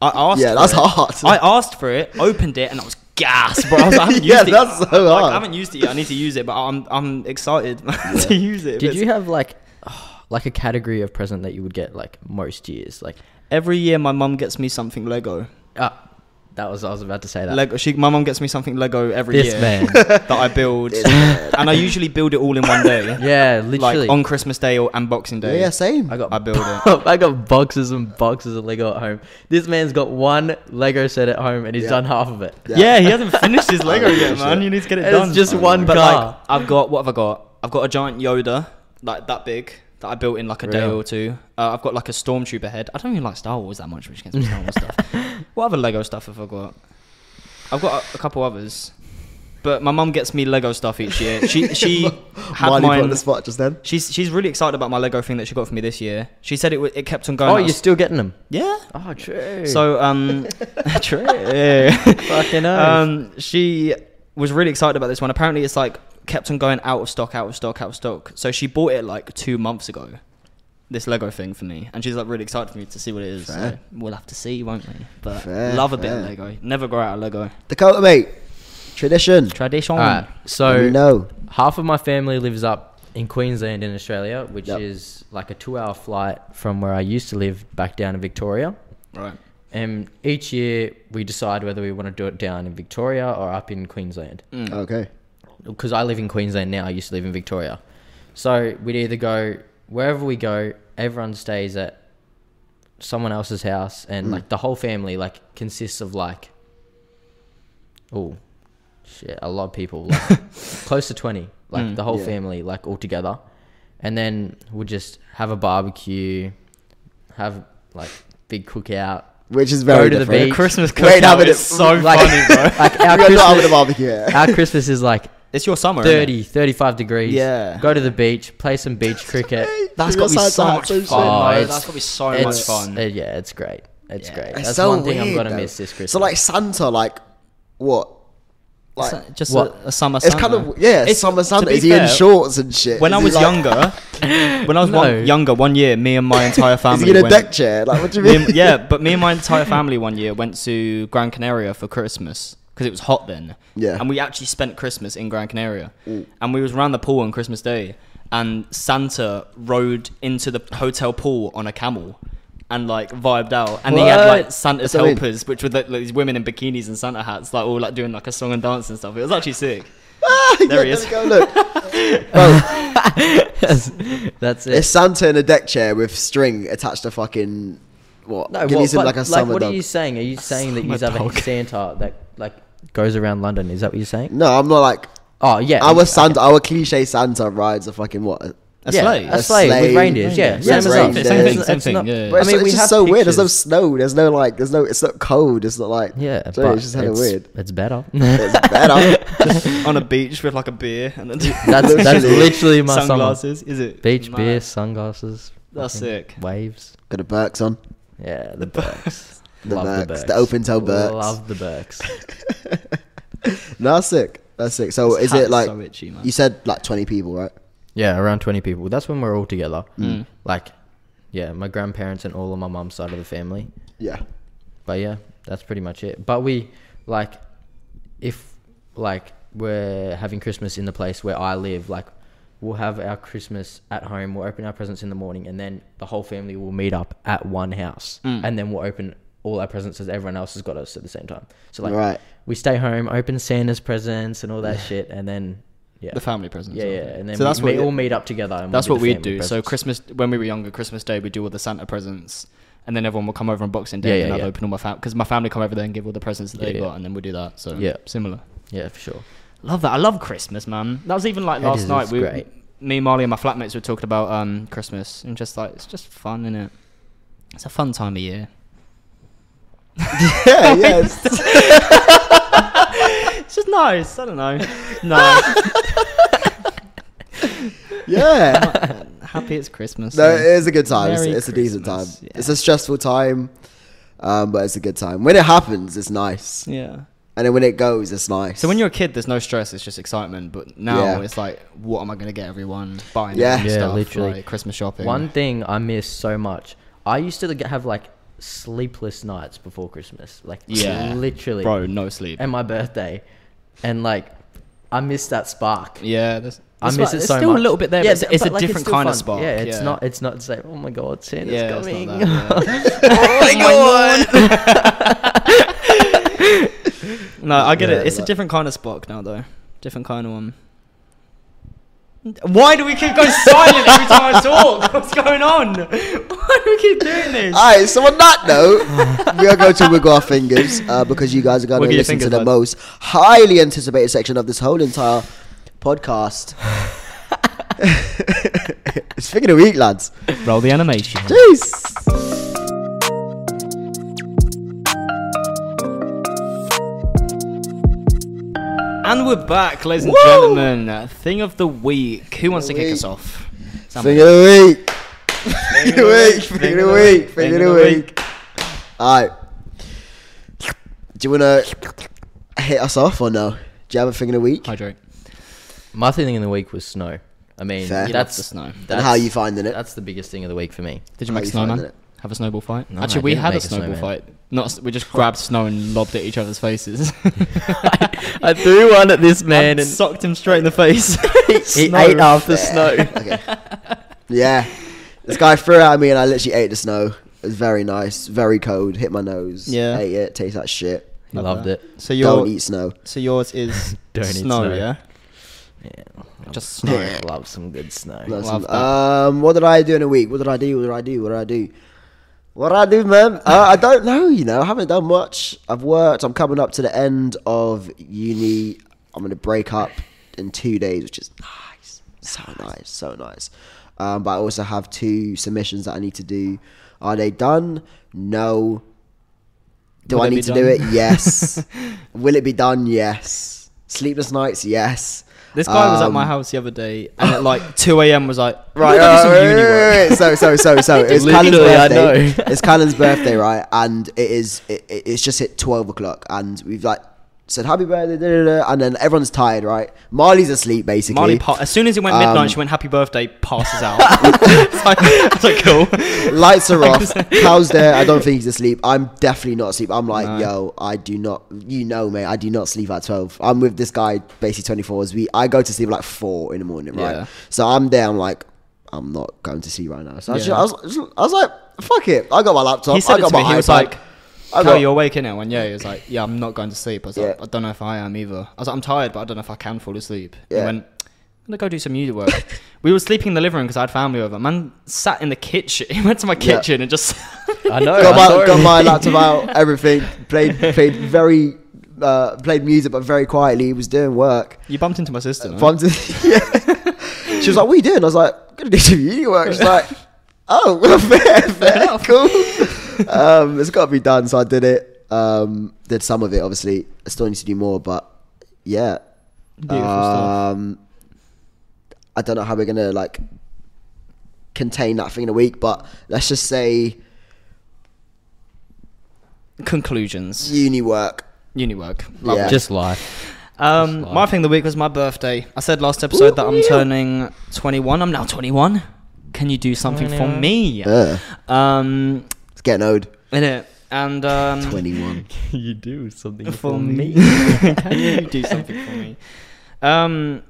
Speaker 4: I asked.
Speaker 1: Yeah,
Speaker 4: for
Speaker 1: that's
Speaker 4: it.
Speaker 1: hard.
Speaker 4: I asked for it, opened it, and I was gas, bro. I, was like, I
Speaker 1: (laughs)
Speaker 4: haven't
Speaker 1: Yeah,
Speaker 4: used it.
Speaker 1: that's so
Speaker 4: Like,
Speaker 1: hard.
Speaker 4: I haven't used it yet. I need to use it, but I'm I'm excited (laughs) man, to use it.
Speaker 3: Did
Speaker 4: It's-
Speaker 3: you have like (sighs) like a category of present that you would get like most years? Like
Speaker 4: every year? My mum gets me something Lego.
Speaker 3: ah, that was I was about to say that.
Speaker 4: Lego. She, my mum gets me something Lego every
Speaker 3: This
Speaker 4: year (laughs)
Speaker 3: man.
Speaker 1: (laughs)
Speaker 4: that I build, and I usually build it all in one day.
Speaker 3: (laughs) yeah, literally.
Speaker 4: like on Christmas Day or and Boxing Day.
Speaker 1: yeah, same.
Speaker 3: I got
Speaker 4: I build
Speaker 1: (laughs)
Speaker 4: it.
Speaker 3: (laughs) I got boxes and boxes of Lego at home. This man's got one Lego set at home and he's
Speaker 1: Yeah.
Speaker 3: done half of it.
Speaker 1: Yeah.
Speaker 4: Yeah, he hasn't finished his Lego
Speaker 1: Oh,
Speaker 4: yet,
Speaker 1: shit.
Speaker 4: man. You need to get it
Speaker 3: It's
Speaker 4: done.
Speaker 1: Oh,
Speaker 3: just one
Speaker 4: but like,
Speaker 3: car.
Speaker 4: I've got what have I got? I've got a giant Yoda, like that big, that I built in like a day
Speaker 3: Real.
Speaker 4: or two. Uh, I've got like a stormtrooper head. I don't even like Star Wars that much, which gets me Star Wars (laughs)
Speaker 3: (laughs)
Speaker 4: stuff. What other Lego stuff have I got? I've got a, a couple others, but my mum gets me Lego stuff each year. She
Speaker 1: (laughs)
Speaker 4: she had
Speaker 1: Marley put on
Speaker 4: mine.
Speaker 1: the spot just then.
Speaker 4: She's she's really excited about my Lego thing that she got for me this year. She said it wa- it kept on going.
Speaker 3: Oh,
Speaker 4: I
Speaker 3: you're
Speaker 4: was-
Speaker 3: still getting them?
Speaker 4: yeah.
Speaker 3: Oh, true.
Speaker 4: So
Speaker 3: (laughs)
Speaker 4: um, (laughs) true.
Speaker 3: fucking hell.
Speaker 4: um, she was really excited about this one. Apparently, it's like kept on going out of stock, out of stock, out of stock. So she bought it like two months ago. This Lego thing for me, and she's like really excited for me to see what it is.
Speaker 1: Fair.
Speaker 4: So we'll have to see, won't we? But
Speaker 1: Fair,
Speaker 4: love a bit of
Speaker 1: fair.
Speaker 4: Lego. Never grow out of Lego.
Speaker 1: Dakota, mate. Tradition.
Speaker 4: Tradition.
Speaker 3: All right.
Speaker 1: Let me
Speaker 3: So
Speaker 1: know.
Speaker 3: half of my family lives up in Queensland in Australia, which
Speaker 1: Yep.
Speaker 3: is like a two-hour flight from where I used to live back down to Victoria.
Speaker 4: Right.
Speaker 3: And each year we decide whether we want to do it down in Victoria or up in Queensland.
Speaker 4: Mm.
Speaker 1: Okay.
Speaker 3: because I live in Queensland now. I used to live in Victoria, so we'd either go wherever we go. Everyone stays at someone else's house, and
Speaker 4: Mm.
Speaker 3: like the whole family like consists of like oh shit, a lot of people, like,
Speaker 4: (laughs)
Speaker 3: close to twenty, like
Speaker 4: Mm.
Speaker 3: the whole
Speaker 1: Yeah.
Speaker 3: family, like all together, and then we'll just have a barbecue, have like big cookout.
Speaker 1: Which is very
Speaker 3: to the
Speaker 1: different.
Speaker 3: beach.
Speaker 4: Christmas cookout.
Speaker 1: Wait, now, but
Speaker 4: it's
Speaker 1: it-
Speaker 4: so
Speaker 3: (laughs) like-
Speaker 4: funny, bro.
Speaker 1: (laughs)
Speaker 3: Like
Speaker 1: We're
Speaker 3: our
Speaker 1: not having a
Speaker 3: Christmas,
Speaker 1: barbecue here.
Speaker 3: our Christmas is like
Speaker 4: It's your summer. innit?
Speaker 3: 30, 35 degrees.
Speaker 4: Yeah.
Speaker 3: Go to the beach, play some beach cricket.
Speaker 1: (laughs)
Speaker 4: That's
Speaker 1: Dude,
Speaker 4: got to be
Speaker 1: sounds
Speaker 4: so
Speaker 1: like
Speaker 4: much
Speaker 1: so
Speaker 4: fun.
Speaker 1: sick.
Speaker 3: Oh,
Speaker 4: bro.
Speaker 3: it's-
Speaker 4: That's got to be so much
Speaker 3: It's-
Speaker 4: fun.
Speaker 3: uh, yeah, it's great. It's
Speaker 4: Yeah.
Speaker 3: great.
Speaker 4: It's
Speaker 3: That's
Speaker 1: so
Speaker 3: one thing I'm
Speaker 1: weird,
Speaker 3: gonna
Speaker 1: though.
Speaker 3: miss this Christmas.
Speaker 1: So (laughs) like Santa, like what? Like
Speaker 4: It's just
Speaker 3: what-
Speaker 4: a, a summer.
Speaker 1: it's kind of yeah, it's, summer
Speaker 4: to
Speaker 1: Santa.
Speaker 4: be
Speaker 1: Is he
Speaker 4: fair,
Speaker 1: in shorts and shit? (laughs)
Speaker 4: When
Speaker 1: Is
Speaker 4: I
Speaker 1: he,
Speaker 4: was
Speaker 1: like-
Speaker 4: younger, (laughs) when I was
Speaker 3: No.
Speaker 4: one, younger, one year, me and my entire
Speaker 1: is
Speaker 4: family.
Speaker 1: he in a
Speaker 4: went,
Speaker 1: deck chair? Like what do you
Speaker 4: me
Speaker 1: mean?
Speaker 4: and- (laughs) yeah, but me and my entire family one year went to Gran Canaria for Christmas because it was hot then.
Speaker 1: Yeah.
Speaker 4: and we actually spent Christmas in Gran Canaria, and we was around the pool on Christmas Day, and Santa rode into the hotel pool on a camel. And like vibed out, and he had like
Speaker 1: What?
Speaker 4: Santa's
Speaker 1: That's what I mean.
Speaker 4: helpers, which were like, these women in bikinis and Santa hats, like all like doing like a song and dance and stuff. It was actually sick. there
Speaker 1: (laughs) (laughs)
Speaker 4: he
Speaker 1: Yeah,
Speaker 4: is.
Speaker 1: we Go,
Speaker 4: (laughs)
Speaker 1: look, Bro,
Speaker 3: (laughs) That's it.
Speaker 1: it's Santa in a deck chair with string attached to fucking what?
Speaker 3: no,
Speaker 1: Can
Speaker 3: what,
Speaker 1: you see
Speaker 3: but,
Speaker 1: like a summer
Speaker 3: what
Speaker 1: dog?
Speaker 3: are you saying? Are you saying that you
Speaker 4: summer
Speaker 3: have
Speaker 4: dog.
Speaker 3: a (laughs) Santa that like goes around London? Is that what you're saying?
Speaker 1: No, I'm not like
Speaker 3: Oh yeah,
Speaker 1: our
Speaker 3: okay.
Speaker 1: Santa. Our cliche Santa rides a fucking what?
Speaker 4: A
Speaker 3: yeah,
Speaker 4: sleigh.
Speaker 3: a sleigh
Speaker 1: sleigh.
Speaker 3: with reindeers. Yeah,
Speaker 1: Yeah,
Speaker 3: same
Speaker 1: same
Speaker 3: as
Speaker 1: thing,
Speaker 3: us.
Speaker 1: same thing,
Speaker 3: It's-
Speaker 4: same
Speaker 3: it's
Speaker 4: thing,
Speaker 3: not-
Speaker 4: yeah, yeah.
Speaker 1: But
Speaker 3: I
Speaker 1: it's,
Speaker 3: mean,
Speaker 1: it's
Speaker 3: we
Speaker 1: just
Speaker 3: have
Speaker 1: so weird. There's no
Speaker 3: pictures.
Speaker 1: snow. There's no like. There's no. It's not cold. It's not like.
Speaker 3: Yeah,
Speaker 1: So
Speaker 3: but
Speaker 1: it's just hella weird.
Speaker 3: It's better.
Speaker 1: It's better. (laughs)
Speaker 3: (laughs)
Speaker 4: on a beach with like a beer and a (laughs)
Speaker 3: That's that's
Speaker 1: Literally.
Speaker 3: literally my summer.
Speaker 4: sunglasses. Is it
Speaker 3: Beach
Speaker 4: Mad.
Speaker 3: beer, sunglasses.
Speaker 4: That's
Speaker 3: fucking
Speaker 4: sick.
Speaker 3: Waves.
Speaker 1: Got the Burks on.
Speaker 3: Yeah, the Burks.
Speaker 4: (laughs)
Speaker 1: The
Speaker 3: Love
Speaker 1: Birks, the open-toe Birks.
Speaker 3: Love the Burks.
Speaker 1: No, that's sick. That's sick. So
Speaker 4: This
Speaker 1: is it
Speaker 4: hat's
Speaker 1: like
Speaker 4: so itchy, man.
Speaker 1: you said? Like 20 people, right?
Speaker 3: yeah, around 20 people. That's when we're all together.
Speaker 4: Mm.
Speaker 3: Like, yeah, my grandparents and all of my mum's side of the family.
Speaker 1: Yeah.
Speaker 3: But yeah, that's pretty much it. But we like if like we're having Christmas in the place where I live, like we'll have our Christmas at home, we'll open our presents in the morning and then the whole family will meet up at one house
Speaker 4: Mm.
Speaker 3: and then we'll open all our presents as everyone else has got us at the same time. So like
Speaker 1: right.
Speaker 3: we stay home, open Santa's presents and all that shit and then yeah.
Speaker 4: (laughs) The family presents.
Speaker 3: yeah,
Speaker 4: sort
Speaker 3: yeah,
Speaker 4: of thing.
Speaker 3: and then
Speaker 4: so
Speaker 3: we,
Speaker 4: that's
Speaker 3: we
Speaker 4: what
Speaker 3: all meet up together. And
Speaker 4: That's
Speaker 3: we'll
Speaker 4: what we'd
Speaker 3: the family
Speaker 4: do. So
Speaker 3: presents.
Speaker 4: Christmas, when we were younger, Christmas Day, we'd do all the Santa presents, and then everyone would come over on Boxing Day,
Speaker 3: Yeah,
Speaker 4: and
Speaker 3: yeah,
Speaker 4: I'd
Speaker 3: yeah.
Speaker 4: open all my family because my family come over there and give all the presents that
Speaker 3: Yeah,
Speaker 4: they
Speaker 3: yeah.
Speaker 4: got, and then we do that. So
Speaker 3: Yeah.
Speaker 4: similar.
Speaker 3: yeah, for sure.
Speaker 4: Love that. I love Christmas, man. That was even like
Speaker 3: It
Speaker 4: last
Speaker 3: is,
Speaker 4: night.
Speaker 3: it's
Speaker 4: We,
Speaker 3: great.
Speaker 4: me, Marley, and my flatmates were talking about um, Christmas, and just like it's just fun, is it? It's a fun time of year.
Speaker 1: (laughs)
Speaker 4: (laughs)
Speaker 1: Yeah, yes.
Speaker 4: It's just nice. I don't know. No,
Speaker 1: (laughs) yeah.
Speaker 4: (laughs) happy it's Christmas.
Speaker 1: No,
Speaker 4: and-
Speaker 1: it is a good time. It's,
Speaker 4: Merry
Speaker 1: it's a decent time.
Speaker 4: Christmas, yeah.
Speaker 1: It's a stressful time, um, but it's a good time. When it happens, it's nice,
Speaker 4: yeah.
Speaker 1: and then when it goes, it's nice.
Speaker 4: So when you're a kid, there's no stress. It's just excitement. But now
Speaker 1: Yeah.
Speaker 4: it's like, what am I going to get everyone buying?
Speaker 1: Yeah.
Speaker 4: them
Speaker 3: Yeah,
Speaker 4: stuff,
Speaker 3: literally.
Speaker 4: like Christmas shopping.
Speaker 3: One thing I miss so much. I used to get- have like sleepless nights before Christmas, like
Speaker 4: (laughs) yeah,
Speaker 3: literally,
Speaker 4: bro, no sleep.
Speaker 3: and my birthday, and like I miss that spark.
Speaker 4: yeah, that's,
Speaker 3: I
Speaker 4: that's
Speaker 3: miss
Speaker 4: like-
Speaker 3: it
Speaker 4: it's
Speaker 3: so
Speaker 4: still
Speaker 3: much.
Speaker 4: a little bit there. Yeah, but it's,
Speaker 3: but,
Speaker 4: it's a
Speaker 3: like,
Speaker 4: different
Speaker 3: still
Speaker 4: kind
Speaker 3: fun.
Speaker 4: of spark.
Speaker 3: Yeah, it's not. It's not like oh my god, Santa's
Speaker 4: Yeah, it's not
Speaker 3: coming.
Speaker 4: that,
Speaker 3: (laughs)
Speaker 4: (laughs) Oh
Speaker 1: oh my god!
Speaker 3: Oh
Speaker 4: (laughs)
Speaker 3: (laughs)
Speaker 4: no, I get
Speaker 1: Yeah,
Speaker 4: it. It's a
Speaker 1: like-
Speaker 4: different kind of spark now, though. Different kind of one. Why do we keep going silent every time I talk? (laughs) What's going on? Why do we keep doing this?
Speaker 1: All right, so on that
Speaker 4: (laughs)
Speaker 1: note, we are going to wiggle our fingers uh, because you guys are going
Speaker 4: Wiggle
Speaker 1: to
Speaker 4: your
Speaker 1: listen to
Speaker 4: fingers,
Speaker 1: the
Speaker 4: bud.
Speaker 1: most highly anticipated section of this whole entire podcast. (laughs) it's figure of the week, lads.
Speaker 4: Roll the animation.
Speaker 1: Jeez.
Speaker 4: And we're back, ladies and
Speaker 1: Woo!
Speaker 4: gentlemen. Uh, Thing of the week. Who wants to
Speaker 1: of
Speaker 4: kick
Speaker 1: the
Speaker 4: us
Speaker 1: week.
Speaker 4: off? Somebody.
Speaker 1: Figure of the week.
Speaker 4: Thing
Speaker 1: Figure of the week. Figure of the week. Figure of the week. All right. Do you want to hit us off or no? Do you have a thing of the week?
Speaker 4: Hydrate.
Speaker 3: My thing in the week was snow. I mean,
Speaker 1: Fair. You
Speaker 3: that's
Speaker 4: the snow.
Speaker 1: and how you finding it?
Speaker 3: That's the biggest thing of the week for me.
Speaker 4: Did you
Speaker 1: How Oh,
Speaker 4: make a
Speaker 1: you
Speaker 4: snowman?
Speaker 1: finding it?
Speaker 4: Have a snowball fight?
Speaker 3: No,
Speaker 4: Actually,
Speaker 3: I
Speaker 4: we
Speaker 3: didn't
Speaker 4: had a
Speaker 3: make a
Speaker 4: snowball
Speaker 3: snowman.
Speaker 4: fight. Not s- we just grabbed snow and lobbed at each other's faces. (laughs)
Speaker 3: I, (laughs) I threw one at this man and
Speaker 4: socked him straight in the face.
Speaker 3: (laughs)
Speaker 4: (laughs)
Speaker 3: he
Speaker 4: Snow.
Speaker 3: ate half the
Speaker 1: Fair.
Speaker 3: snow.
Speaker 1: okay. Yeah. This guy threw it at me and I literally ate the snow. It was very nice, very cold. Hit my nose.
Speaker 4: Yeah.
Speaker 1: Ate it. Tastes like shit.
Speaker 3: (laughs) He loved
Speaker 4: that.
Speaker 3: it.
Speaker 4: So
Speaker 1: Don't
Speaker 4: your
Speaker 1: eat snow.
Speaker 4: so yours (laughs) is
Speaker 3: Don't eat
Speaker 4: snow,
Speaker 3: snow.
Speaker 4: yeah.
Speaker 3: Yeah,
Speaker 4: Just
Speaker 3: love-
Speaker 4: snow.
Speaker 3: Love some good snow.
Speaker 1: That's-
Speaker 4: love that.
Speaker 1: um, what did I do in a week? What did I do? What did I do? What did I do? What did I do, man? Uh, I don't know. You know, I haven't done much. I've worked. I'm coming up to the end of uni. I'm gonna break up in two days, which is nice, so nice, so nice. Um, but I also have two submissions that I need to do. Are they done? No. Do
Speaker 4: Will
Speaker 1: I
Speaker 4: they be
Speaker 1: need to do it?
Speaker 4: done? (laughs)
Speaker 1: Yes. Will it be done? Yes. Sleepless nights? Yes.
Speaker 4: This guy was at my
Speaker 1: Um,
Speaker 4: house the other day, and at like (laughs) 2 a.m. was like,
Speaker 1: Right, uh,
Speaker 4: "We're gonna
Speaker 1: right,
Speaker 4: do some
Speaker 1: right,
Speaker 4: uni
Speaker 1: right,
Speaker 4: work."
Speaker 1: right, right. so so
Speaker 4: (laughs)
Speaker 1: so so it's
Speaker 3: Literally,
Speaker 1: Callum's
Speaker 3: I
Speaker 1: birthday. (laughs)
Speaker 3: know.
Speaker 1: it's Callum's birthday, right? And it is it, it- it's just hit twelve o'clock, and we've like said happy birthday, da, da, da, and then everyone's tired, right? Marley's asleep basically.
Speaker 4: Marley, pa- as soon as it went midnight,
Speaker 1: Um,
Speaker 4: she went "Happy birthday,"
Speaker 1: (laughs)
Speaker 4: passes out. it's, like, it's like cool.
Speaker 1: Lights
Speaker 4: (laughs)
Speaker 1: are off. Cal's there. I don't think he's asleep. I'm definitely not asleep. I'm like,
Speaker 4: No.
Speaker 1: yo, I do not. You know, mate, I do not sleep at twelve. I'm with this guy basically twenty four hours. We I go to sleep like four in the morning, right?
Speaker 4: Yeah.
Speaker 1: So I'm there. I'm like, I'm not going to sleep right now. So I,
Speaker 4: Yeah.
Speaker 1: just, I, was, I was like, fuck it. I got my laptop.
Speaker 4: He said
Speaker 1: I
Speaker 4: it
Speaker 1: got
Speaker 4: to
Speaker 1: my
Speaker 4: me. He was
Speaker 1: iPad.
Speaker 4: like,
Speaker 1: I
Speaker 4: "Cal,
Speaker 1: got
Speaker 4: you awake in it?" And yeah, he was like, "Yeah, I'm not going to sleep." I was like,
Speaker 1: Yeah.
Speaker 4: "I don't know if I am either." I was like, "I'm tired, but I don't know if I can fall asleep." He
Speaker 1: Yeah.
Speaker 4: went, "I'm gonna go do some
Speaker 1: (laughs)
Speaker 4: uni work." we were sleeping in the living room because I had family over. Man sat in the kitchen. (laughs) He went to my
Speaker 1: Yeah.
Speaker 4: kitchen and
Speaker 1: (laughs)
Speaker 4: just. (laughs)
Speaker 3: I know.
Speaker 1: got
Speaker 3: I
Speaker 1: my
Speaker 3: saw
Speaker 1: got
Speaker 3: him.
Speaker 1: my laptop out. Everything played played very uh, played music, but very quietly. He was doing work.
Speaker 4: you bumped into my sister. no?
Speaker 1: Fonzie. Yeah. (laughs) she was like, "What are you doing?" I was like, "I'm gonna do some uni work." She's like, "Oh, (laughs) well, fair, fair, (laughs)
Speaker 4: enough.
Speaker 1: cool. um, it's got to be done." So I did it. Um, did some of it. Obviously, I still need to do more, but yeah.
Speaker 4: Beautiful stuff.
Speaker 1: um, I don't know how we're gonna like contain that thing in a week, but let's just say
Speaker 4: Uh, Conclusions.
Speaker 1: uni work.
Speaker 4: Uni work. Love
Speaker 1: Yeah.
Speaker 4: it.
Speaker 3: Just life.
Speaker 4: Um,
Speaker 3: Just
Speaker 4: my
Speaker 3: like-
Speaker 4: thing of the week was my birthday. I said last episode that I'm
Speaker 1: Ooh.
Speaker 4: turning 21. I'm now 21. Can you do something for
Speaker 3: 21.
Speaker 4: me?
Speaker 1: Ugh,
Speaker 4: Um,
Speaker 1: it's getting old.
Speaker 4: innit? And um,
Speaker 1: Twenty-one.
Speaker 3: (laughs) you do something
Speaker 4: for (laughs) me.
Speaker 3: (laughs)
Speaker 4: you do something for me. Um,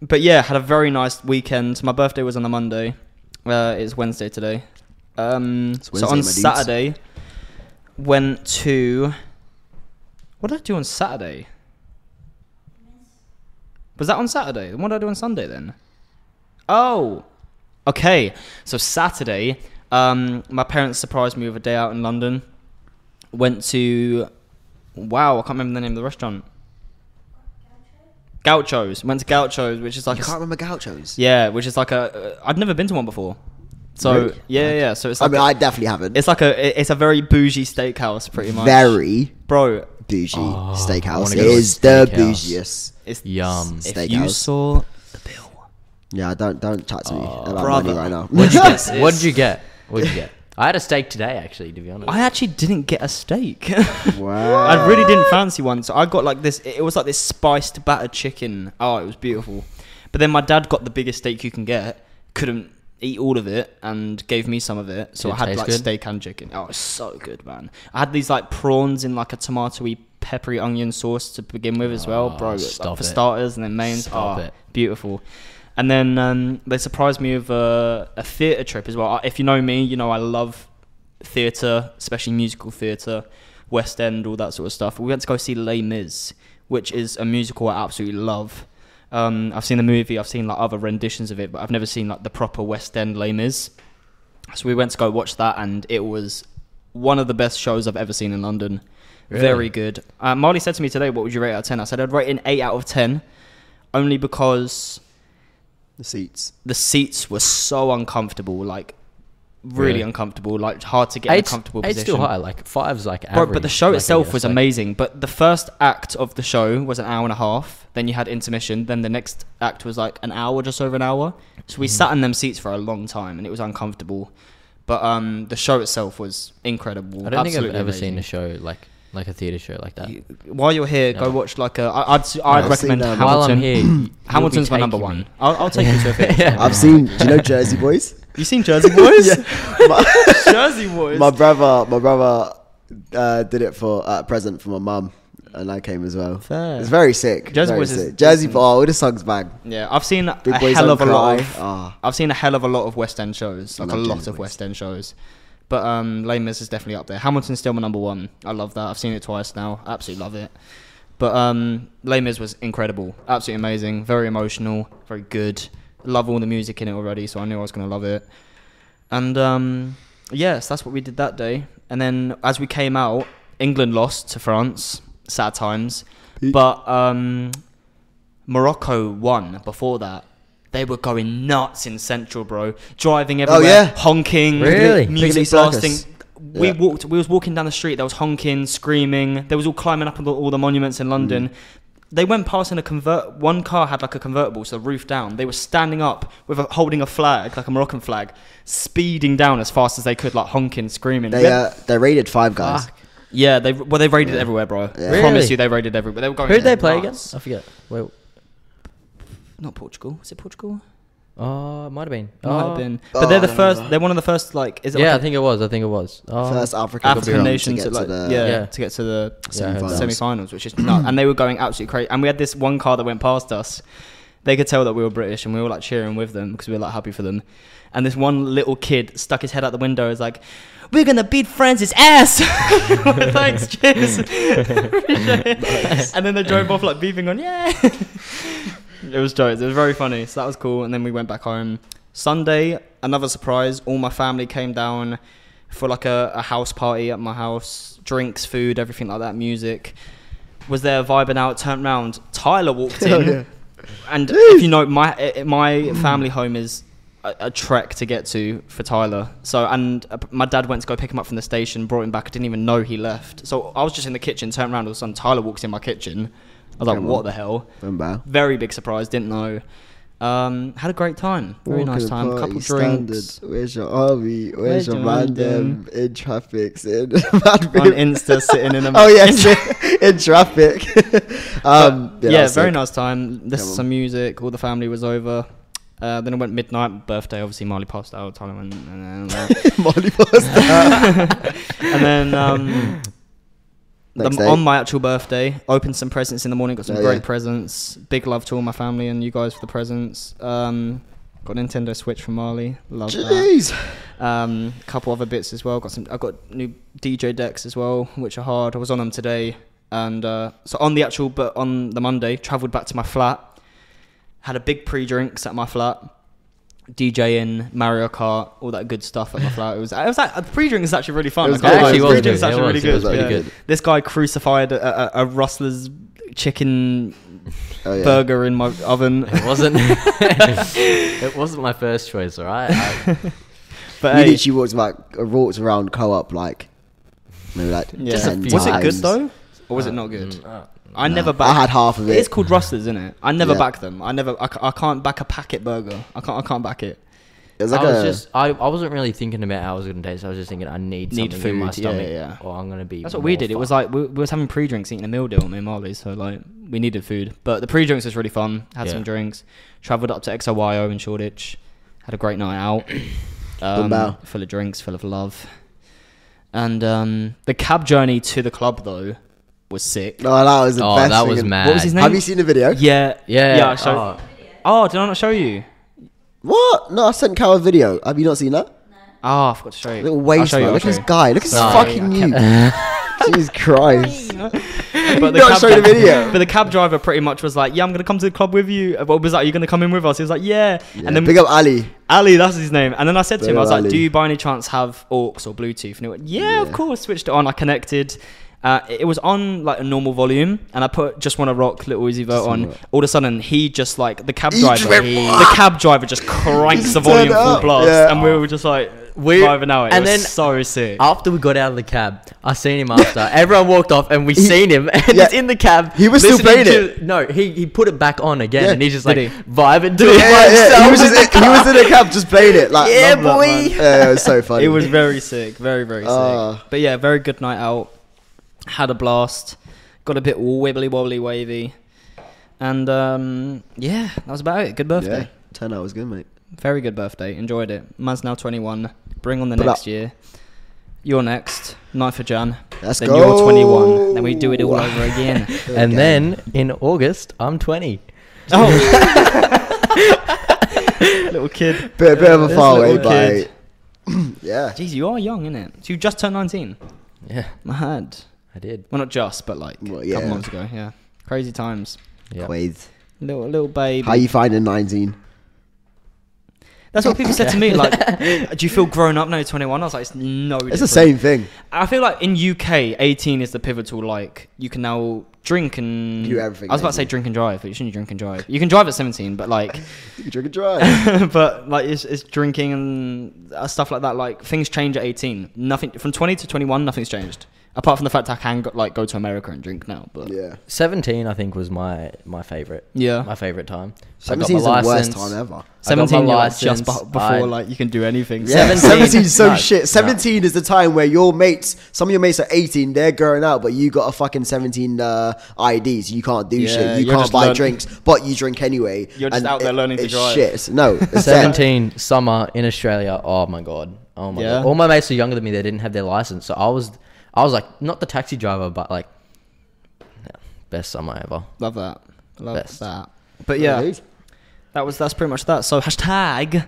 Speaker 4: but yeah, had a very nice weekend. My birthday was on a Monday. Uh, it's Wednesday today. Um,
Speaker 1: It's
Speaker 4: so on
Speaker 1: Wednesday, my dudes.
Speaker 4: Saturday, went to. What did I do on Saturday? Was that on Saturday? What did I do on Sunday then? Oh, okay. So Saturday, um, my parents surprised me with a day out in London. Went to wow, I can't remember the name of the restaurant. Gauchos. Went to Gauchos, which is like
Speaker 1: you
Speaker 4: a,
Speaker 1: can't remember gauchos.
Speaker 4: yeah, which is like a. Uh, I'd never been to one before, so
Speaker 1: Really?
Speaker 4: yeah, yeah, yeah. So it's
Speaker 1: I
Speaker 4: like
Speaker 1: mean,
Speaker 4: a-
Speaker 1: I definitely haven't.
Speaker 4: it's like a it's a very bougie steakhouse, pretty much.
Speaker 1: very
Speaker 4: bro.
Speaker 1: bougie
Speaker 3: Oh, I
Speaker 1: steakhouse.
Speaker 3: wanna
Speaker 1: It
Speaker 3: go to a
Speaker 1: is the
Speaker 3: steakhouse.
Speaker 1: bougiest.
Speaker 4: It's
Speaker 3: Yum.
Speaker 4: If you
Speaker 1: Steakhouse.
Speaker 4: saw the bill,
Speaker 1: Yeah, don't don't chat to me
Speaker 3: Oh,
Speaker 1: about
Speaker 4: brother.
Speaker 1: money right now.
Speaker 4: What'd you
Speaker 1: (laughs)
Speaker 4: (laughs) get?
Speaker 3: what did you get? What did you
Speaker 4: (laughs)
Speaker 3: get? I had a steak today, actually. To be honest,
Speaker 4: I actually didn't get a steak. (laughs)
Speaker 1: Wow.
Speaker 4: I really didn't fancy one, so I got like this. It was like this spiced battered chicken. Oh, it was beautiful. But then my dad got the biggest steak you can get. Couldn't eat all of it and gave me some of it. So
Speaker 3: Did it
Speaker 4: I had
Speaker 3: taste
Speaker 4: like
Speaker 3: good?
Speaker 4: steak and chicken. Oh, it's so good, man. I had these like prawns in like a tomatoey, peppery onion sauce to begin with as well,
Speaker 3: Oh,
Speaker 4: bro. it's,
Speaker 3: stop
Speaker 4: like, for
Speaker 3: it.
Speaker 4: starters and then mains.
Speaker 3: Stop
Speaker 4: oh,
Speaker 3: it.
Speaker 4: beautiful. And then um, they surprised me with a, a theatre trip as well. I- If you know me, you know I love theatre, especially musical theatre, West End, all that sort of stuff. We went to go see Les Mis, which is a musical I absolutely love. Um, I've seen the movie, I've seen like other renditions of it, but I've never seen like the proper West End Les Mis. So we went to go watch that, and it was one of the best shows I've ever seen in London.
Speaker 3: Really?
Speaker 4: Very good. Uh, Marley said to me today, "What would you rate out of 10? I said I'd rate it an eight out of ten, only because
Speaker 1: the seats.
Speaker 4: the seats were so uncomfortable, like really,
Speaker 3: Really?
Speaker 4: uncomfortable, like hard to get in a
Speaker 3: eight's,
Speaker 4: comfortable
Speaker 3: eight's
Speaker 4: position.
Speaker 3: still high. Like five's like
Speaker 4: Bro,
Speaker 3: average.
Speaker 4: but the show
Speaker 3: like, I
Speaker 4: itself
Speaker 3: guess,
Speaker 4: was
Speaker 3: like-
Speaker 4: amazing. But the first act of the show was an hour and a half. Then you had intermission. Then the next act was like an hour, just over an hour. So
Speaker 3: Mm-hmm.
Speaker 4: we sat in them seats for a long time, and it was uncomfortable. But um, the show itself was incredible.
Speaker 3: I don't
Speaker 4: Absolutely
Speaker 3: think I've ever seen
Speaker 4: amazing.
Speaker 3: a show like like a theater show like that.
Speaker 4: You- While you're here, go
Speaker 3: No.
Speaker 4: watch like a. I, I'd s- I'd
Speaker 1: I've
Speaker 4: recommend
Speaker 1: seen, um,
Speaker 4: Hamilton.
Speaker 3: While I'm
Speaker 4: (laughs)
Speaker 3: here, you- you'll be
Speaker 4: Hamilton's my number
Speaker 3: taking
Speaker 4: one.
Speaker 3: me.
Speaker 4: I'll, I'll take you
Speaker 3: (laughs)
Speaker 4: to a theatre.
Speaker 3: Yeah.
Speaker 1: I've seen. Do you know Jersey Boys?
Speaker 4: You seen Jersey (laughs) Boys?
Speaker 1: (laughs)
Speaker 4: (laughs)
Speaker 1: My,
Speaker 4: Jersey
Speaker 1: (laughs)
Speaker 4: Boys.
Speaker 1: my brother, my brother, uh, did it for uh, a present for my mum, and I came as well.
Speaker 4: Fair.
Speaker 1: It's very sick.
Speaker 4: Jersey
Speaker 1: very
Speaker 4: Boys is
Speaker 1: sick. Jersey
Speaker 4: decent.
Speaker 1: Boys. Oh, this song's bang.
Speaker 4: Yeah, I've seen
Speaker 1: Big
Speaker 4: a
Speaker 1: Boys
Speaker 4: hell of a
Speaker 1: Don't
Speaker 4: lot.
Speaker 1: Cry.
Speaker 4: Of,
Speaker 1: Ah.
Speaker 4: I've seen a hell of a lot of West End shows, like a
Speaker 1: love
Speaker 4: lot
Speaker 1: James
Speaker 4: of
Speaker 1: West.
Speaker 4: West End shows. But um, Les Mis is definitely up there. Hamilton's still my number one. I love that. I've seen it twice now. Absolutely love it. But um, Les Mis was incredible. Absolutely amazing. Very emotional. Very good. Love all the music in it already, so I knew I was gonna love it. And um, yes, that's what we did that day. And then as we came out, England lost to France. Sad times.
Speaker 1: Peak.
Speaker 4: But um, Morocco won before that. They were going nuts in Central, bro. Driving everywhere,
Speaker 1: Oh, yeah.
Speaker 4: honking,
Speaker 3: Really?
Speaker 1: Piccadilly
Speaker 4: music
Speaker 1: Circus.
Speaker 4: blasting. We
Speaker 1: Yeah.
Speaker 4: walked. We was walking down the street. There was honking, screaming. They was all climbing up on the, all the monuments in London.
Speaker 1: Mm.
Speaker 4: They went past in a convert. One car had like a convertible, so the roof down. They were standing up with a, holding a flag, like a Moroccan flag, speeding down as fast as they could, like honking, screaming.
Speaker 1: They
Speaker 4: We had-
Speaker 1: uh, they raided Five Guys.
Speaker 3: Fuck.
Speaker 4: yeah, they well they raided everywhere, bro.
Speaker 1: Really?
Speaker 4: I promise you, they raided everywhere. They were going.
Speaker 3: Who did they play
Speaker 4: nuts.
Speaker 3: against? I forget. Wait,
Speaker 4: Not Portugal. Was it Portugal?
Speaker 3: oh, it might have been.
Speaker 4: It Might
Speaker 3: Oh.
Speaker 4: have been.
Speaker 1: Oh,
Speaker 4: But they're the
Speaker 1: I don't
Speaker 4: first.
Speaker 1: remember.
Speaker 4: They're one of the first. Like, is it Uh,
Speaker 3: Yeah, I
Speaker 4: like a
Speaker 3: think it was. I think it was. Oh.
Speaker 1: First
Speaker 4: (laughs)
Speaker 1: African,
Speaker 4: African
Speaker 1: country
Speaker 4: nations
Speaker 1: to
Speaker 4: that
Speaker 1: get
Speaker 4: like
Speaker 1: to the
Speaker 4: yeah,
Speaker 3: Yeah.
Speaker 4: to get to the
Speaker 3: Yeah, I heard
Speaker 4: semi-finals.
Speaker 3: that.
Speaker 4: which is nuts. and they were going absolutely crazy. And we had this one car that went past us. They could tell that we were British, and we were like cheering with them because we were like happy for them. And this one little kid stuck his head out the window. and was like, "We're gonna beat France's ass." (laughs) Thanks, cheers. Appreciate it. And then they drove off like beeping on, "Yeah." (laughs) it was jokes. It was very funny. So that was cool. And then we went back home. Sunday, another surprise. All my family came down for like a, a house party at my house. Drinks, food, everything like that, music. Was there vibing out, turned round. Tyler walked
Speaker 1: (laughs) Oh,
Speaker 4: in. And if you know, my eh, my family home is a, a trek to get to for Tyler. So, and uh, my dad went to go pick him up from the station, brought him back. I didn't even know he left. So I was just in the kitchen, turned around, all of a sudden Tyler walks in my kitchen. I was like,
Speaker 1: Come
Speaker 4: what
Speaker 1: on.
Speaker 4: the hell?
Speaker 1: Remember?
Speaker 4: Very big surprise. Didn't know. Um, had a great time. Very nice time.
Speaker 1: Walking
Speaker 4: Couple
Speaker 1: party
Speaker 4: drinks.
Speaker 1: standard. Where's your army? Where's,
Speaker 4: Where's
Speaker 1: your
Speaker 4: your
Speaker 1: man?
Speaker 4: man
Speaker 1: them In traffic. In (laughs) mad
Speaker 4: On
Speaker 1: people.
Speaker 4: Insta, sitting
Speaker 1: (laughs)
Speaker 4: in a.
Speaker 1: Oh yes, (laughs) in traffic. um,
Speaker 4: But, Um, yeah,
Speaker 1: that was
Speaker 4: very
Speaker 1: sick.
Speaker 4: nice time.
Speaker 1: Come
Speaker 4: Listened to
Speaker 1: on.
Speaker 4: some music. All the family was over. Uh, then I went midnight birthday. Obviously, Marley passed out. Tyler went, and then,
Speaker 1: (laughs) Molly Foster.
Speaker 4: (laughs) and then um,
Speaker 1: (laughs)
Speaker 3: (laughs)
Speaker 4: the-
Speaker 1: Next day.
Speaker 4: on my actual birthday, opened some presents in the morning. Got some
Speaker 1: Oh,
Speaker 4: great
Speaker 1: yeah.
Speaker 4: presents. Big love to all my family and you guys for the presents. Um, got Nintendo Switch from Marley. Love that.
Speaker 1: Jeez.
Speaker 4: Um, couple other bits as well. Got some. I got new DJ decks as well, which are hard. I was on them today, and uh, so on the actual, but on the Monday, travelled back to my flat, had a big pre-drinks at my flat, DJing Mario Kart, all that good stuff at my flat. It was. It was like, the pre-drink is actually really fun.
Speaker 1: It was
Speaker 4: I can't
Speaker 1: good.
Speaker 4: lie,
Speaker 1: Actually
Speaker 4: the
Speaker 1: was
Speaker 4: pre-drink is
Speaker 1: good.
Speaker 4: actually
Speaker 1: It
Speaker 4: really
Speaker 1: was, it was
Speaker 4: good.
Speaker 1: actually
Speaker 4: yeah.
Speaker 1: good.
Speaker 4: This guy crucified a, a, a rustler's chicken
Speaker 1: Oh, yeah.
Speaker 4: burger in my oven.
Speaker 3: (laughs) It
Speaker 1: (laughs)
Speaker 4: (laughs)
Speaker 3: wasn't. it wasn't my first choice. All right. I-
Speaker 4: But
Speaker 1: You
Speaker 4: hey,
Speaker 1: literally walked like walked around co-op like maybe like
Speaker 4: yeah.
Speaker 3: Just a
Speaker 1: ten
Speaker 3: few
Speaker 4: was it good
Speaker 1: times.
Speaker 4: though, (laughs) or was
Speaker 3: uh,
Speaker 4: it not good?
Speaker 3: mm, uh,
Speaker 4: I
Speaker 1: Nah.
Speaker 4: never.
Speaker 1: I
Speaker 4: back-
Speaker 1: had half of it.
Speaker 4: It's called rustlers, isn't it? I never
Speaker 1: Yeah.
Speaker 4: back them. I never. I, ca- I can't back a packet burger. I can't. I can't back it.
Speaker 1: It was like
Speaker 3: I was
Speaker 1: a-
Speaker 3: just. I, I wasn't really thinking about how I was gonna taste. I was just thinking I need
Speaker 4: Need
Speaker 3: something in my
Speaker 4: food, yeah,
Speaker 3: stomach,
Speaker 4: yeah.
Speaker 3: or I'm gonna be.
Speaker 4: That's what we
Speaker 3: more
Speaker 4: did. It was
Speaker 3: fucked.
Speaker 4: like we, we was having pre-drinks, eating a meal deal, me and Marley. So like we needed food, but the pre-drinks was really fun. Had some
Speaker 3: Yeah.
Speaker 4: drinks. Travelled up to XOYO in Shoreditch. Had a great night (coughs) out. Um,
Speaker 1: Bow.
Speaker 4: full of drinks, full of love. And um, the cab journey to the club though was sick.
Speaker 1: No, that was the
Speaker 3: Oh,
Speaker 1: best.
Speaker 3: that
Speaker 1: thing
Speaker 3: was
Speaker 1: in-
Speaker 3: mad.
Speaker 4: What was his name?
Speaker 1: Have you seen the video?
Speaker 4: Yeah,
Speaker 3: Yeah.
Speaker 4: yeah. I showed-
Speaker 3: oh.
Speaker 4: oh, did I not show you?
Speaker 1: What? No, I sent Cal a video. Have you not seen that?
Speaker 4: Oh, I forgot to show you.
Speaker 1: Little
Speaker 4: I'll
Speaker 1: waste
Speaker 4: show you,
Speaker 1: man.
Speaker 4: I'll
Speaker 1: Look at
Speaker 4: show
Speaker 1: this
Speaker 4: you.
Speaker 1: guy. Look at this
Speaker 3: Sorry,
Speaker 1: fucking you.
Speaker 3: Oh.
Speaker 1: Jesus Christ.
Speaker 4: (laughs) but
Speaker 1: (laughs) You don't show the video.
Speaker 4: But the cab driver pretty much was like, "Yeah, I'm gonna come to the club with you." Uh, What was that? Are you gonna come in with us? He was like, "Yeah."
Speaker 1: Yeah,
Speaker 4: and then
Speaker 1: big up Ali.
Speaker 4: Ali, that's his name. And then I said to him,
Speaker 1: Big
Speaker 4: I was
Speaker 1: up
Speaker 4: like,
Speaker 1: Ali.
Speaker 4: "Do you by any chance have AUX or Bluetooth?" And he went, "Yeah, of
Speaker 1: Yeah.
Speaker 4: course." Switched it on. I connected. Uh, it it was on like a normal volume, and I put just want to rock Little Uzi Vert
Speaker 1: Just Wanna
Speaker 4: on.
Speaker 1: Rock.
Speaker 4: All of a sudden, he just like the cab
Speaker 1: He just
Speaker 4: driver,
Speaker 1: went,
Speaker 4: he-
Speaker 1: "Wah!"
Speaker 4: the cab driver
Speaker 1: (laughs)
Speaker 4: just cranks
Speaker 1: Just
Speaker 4: the volume
Speaker 1: turned it
Speaker 4: full
Speaker 1: up,
Speaker 4: blast,
Speaker 1: yeah.
Speaker 4: and we were just like
Speaker 3: We-
Speaker 4: driving out. It
Speaker 3: and
Speaker 4: was
Speaker 3: then-
Speaker 4: so sick.
Speaker 3: (laughs) After we got out of the cab, I seen him after.
Speaker 4: (laughs)
Speaker 3: Everyone walked off, and we seen him, (laughs) and
Speaker 1: yeah.
Speaker 3: he's in the cab.
Speaker 1: He was still
Speaker 3: listening
Speaker 1: playing
Speaker 3: to- No, he, he put it back on again,
Speaker 1: Yeah.
Speaker 3: and he's just
Speaker 4: Did
Speaker 3: like
Speaker 4: he?
Speaker 3: vibing (laughs) to it
Speaker 1: Yeah,
Speaker 3: by
Speaker 1: yeah,
Speaker 3: himself.
Speaker 1: He, was
Speaker 3: in the
Speaker 1: just, he was in a cab just playing it. Like,
Speaker 3: Yeah,
Speaker 1: love that,
Speaker 3: boy.
Speaker 1: man. yeah, it was so funny.
Speaker 4: It was very sick, very very
Speaker 1: Ah.
Speaker 4: sick. But yeah, very good night out. Had a blast. Got a bit wibbly wobbly wavy, and um, yeah, that was about it. Good birthday,
Speaker 1: Yeah, 10 hours good, mate.
Speaker 4: very good birthday. Enjoyed it. Man's now twenty one. Bring on the
Speaker 1: Put
Speaker 4: next
Speaker 1: up.
Speaker 4: year. You're next. 9th of Jan.
Speaker 1: Let's
Speaker 4: then you're twenty one. Then we
Speaker 1: go.
Speaker 4: do it all
Speaker 1: (laughs)
Speaker 4: over again.
Speaker 3: And
Speaker 1: Okay.
Speaker 3: then in August, I'm 20.
Speaker 1: (laughs)
Speaker 4: oh, little kid.
Speaker 1: Bit, bit of a
Speaker 4: This
Speaker 1: far away,
Speaker 4: little kid.
Speaker 1: but (clears throat) yeah.
Speaker 4: Jeez, you are young, innit? So you just turned nineteen.
Speaker 3: Yeah,
Speaker 4: Mad.
Speaker 3: I did.
Speaker 4: Well, not just, but like
Speaker 1: Well,
Speaker 4: a couple
Speaker 1: yeah.
Speaker 4: months ago. Yeah, crazy times.
Speaker 3: Yeah.
Speaker 1: Quays.
Speaker 4: Little little baby.
Speaker 1: How you finding 19?
Speaker 4: That's what people said to me.
Speaker 1: (laughs)
Speaker 4: Like, do you feel grown up now? Twenty one. I was like, it's no.
Speaker 1: It's the same thing.
Speaker 4: I feel like in UK, eighteen is the pivotal. Like, you can now drink and
Speaker 1: Do everything,
Speaker 4: I was about to say
Speaker 1: basically.
Speaker 4: drink and drive, but you shouldn't drink and drive. You can drive at seventeen,
Speaker 1: (laughs)
Speaker 4: but like, (laughs)
Speaker 1: You can drink and drive.
Speaker 4: but like it's, it's drinking and uh, stuff like that. Like things change at eighteen. Nothing from twenty to twenty one. Nothing's changed apart from the fact I can go, like go to America and drink now. But
Speaker 1: yeah.
Speaker 3: 17, I think, was my my favorite.
Speaker 4: Yeah.
Speaker 3: my favorite time. I got
Speaker 1: 17 is
Speaker 3: my
Speaker 1: the worst
Speaker 3: license.
Speaker 1: time ever.
Speaker 3: I got my
Speaker 4: seventeen, you're like, just
Speaker 3: license,
Speaker 4: bef- before
Speaker 3: I-
Speaker 4: like (laughs) you can do anything.
Speaker 1: Yeah,
Speaker 4: (laughs)
Speaker 3: 17
Speaker 1: 17 's so
Speaker 3: No, no.
Speaker 1: shit. 17 is the time where your mates, some of your mates are 18, they're going out, but you got a fucking 17 uh, IDs. You can't do
Speaker 4: Yeah,
Speaker 1: shit. You
Speaker 4: you're
Speaker 1: can't
Speaker 4: just
Speaker 1: buy
Speaker 4: learn-
Speaker 1: drinks, but you drink anyway.
Speaker 4: You're just out there learning to
Speaker 1: it's
Speaker 4: drive.
Speaker 1: Shit. No, it's dead.
Speaker 3: 17 summer in Australia. Oh my god. Oh my
Speaker 4: Yeah.
Speaker 3: god. All my mates are younger than me. They didn't have their license, so I was I was like not the taxi driver, but like yeah, best summer ever.
Speaker 4: Love that. Love
Speaker 3: Best.
Speaker 4: that. But yeah, that was that's pretty much that. So hashtag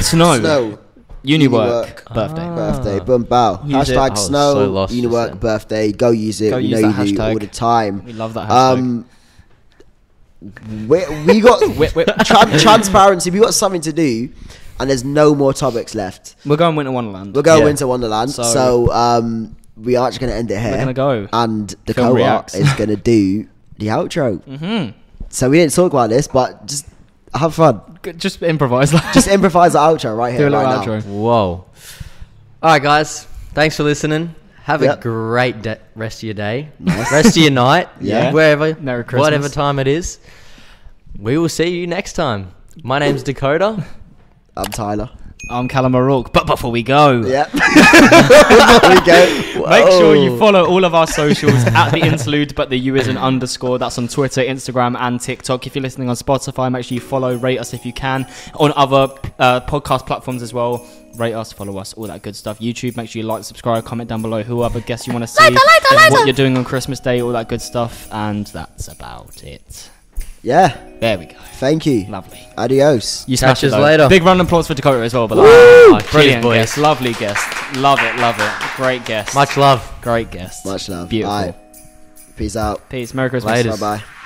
Speaker 4: snow,
Speaker 1: Snow.
Speaker 4: uniwork,
Speaker 1: Uniwork.
Speaker 4: birthday.
Speaker 3: Ah.
Speaker 1: Birthday, boom, bow.
Speaker 4: Use it. Oh,
Speaker 1: hashtag
Speaker 3: I was
Speaker 1: snow,
Speaker 3: so lost just
Speaker 1: uniwork,
Speaker 3: then.
Speaker 1: birthday. Go use it.
Speaker 4: Go
Speaker 1: we
Speaker 4: use
Speaker 1: know
Speaker 4: that
Speaker 1: you do
Speaker 4: hashtag.
Speaker 1: all the time.
Speaker 4: We love that hashtag.
Speaker 1: Um, we, we got
Speaker 4: (laughs) Whip, whip.
Speaker 1: tran- transparency. We got something to do, and there's no more topics left.
Speaker 4: We're going Winter Wonderland.
Speaker 1: We're going
Speaker 3: Yeah.
Speaker 1: into Wonderland, so,
Speaker 4: So-
Speaker 1: um, we are actually going to end it here.
Speaker 4: gonna go.
Speaker 1: and the
Speaker 4: Film
Speaker 1: co-op
Speaker 4: reacts.
Speaker 1: is going to
Speaker 4: (laughs)
Speaker 1: do the outro.
Speaker 4: Mm-hmm.
Speaker 1: So we didn't talk about this, but just have fun.
Speaker 4: G- Just improvise. Like. (laughs)
Speaker 1: Just improvise the outro right
Speaker 4: do
Speaker 1: here,
Speaker 4: a little
Speaker 1: right now.
Speaker 4: outro.
Speaker 3: Whoa. All right, guys. Thanks for listening. Have
Speaker 1: Yep.
Speaker 3: a great de- rest of your day,
Speaker 1: Nice.
Speaker 3: rest of your night,
Speaker 1: Yeah.
Speaker 3: wherever,
Speaker 4: Merry
Speaker 3: whatever
Speaker 4: Christmas.
Speaker 3: time it is. We will see you next time. My name's Dakota.
Speaker 1: I'm Tyler.
Speaker 4: I'm Callum O'Rourke. But before we go,
Speaker 1: Yeah.
Speaker 4: (laughs)
Speaker 1: there we go.
Speaker 4: Make sure you
Speaker 3: Oh.
Speaker 1: Whoa.
Speaker 4: follow all of our
Speaker 3: (laughs)
Speaker 4: socials at the interlude, but the U is an underscore. That's on Twitter, Instagram, and TikTok. If you're listening on Spotify, make sure you follow, rate us if you can on other uh, podcast platforms as well. Rate us, follow us, all that good stuff. YouTube, make sure you like, subscribe, comment down below who other guests you want to see,
Speaker 2: Later, later,
Speaker 4: and what
Speaker 2: later.
Speaker 4: you're doing on Christmas Day, all that good stuff. And that's about it.
Speaker 1: Yeah.
Speaker 4: There we go.
Speaker 1: Thank you.
Speaker 4: Lovely.
Speaker 1: Adios.
Speaker 4: You
Speaker 3: Catch
Speaker 4: smashed it,
Speaker 3: us
Speaker 4: though.
Speaker 3: later.
Speaker 4: Big round of applause for Dakota as well. But brilliant
Speaker 3: boys.
Speaker 4: guest, lovely guest, love it, love it, great guest,
Speaker 3: Much love.
Speaker 4: great guest,
Speaker 1: Much love.
Speaker 4: beautiful.
Speaker 1: Bye. Peace out.
Speaker 4: Peace. Merry Christmas.
Speaker 3: Laters.
Speaker 1: Bye bye.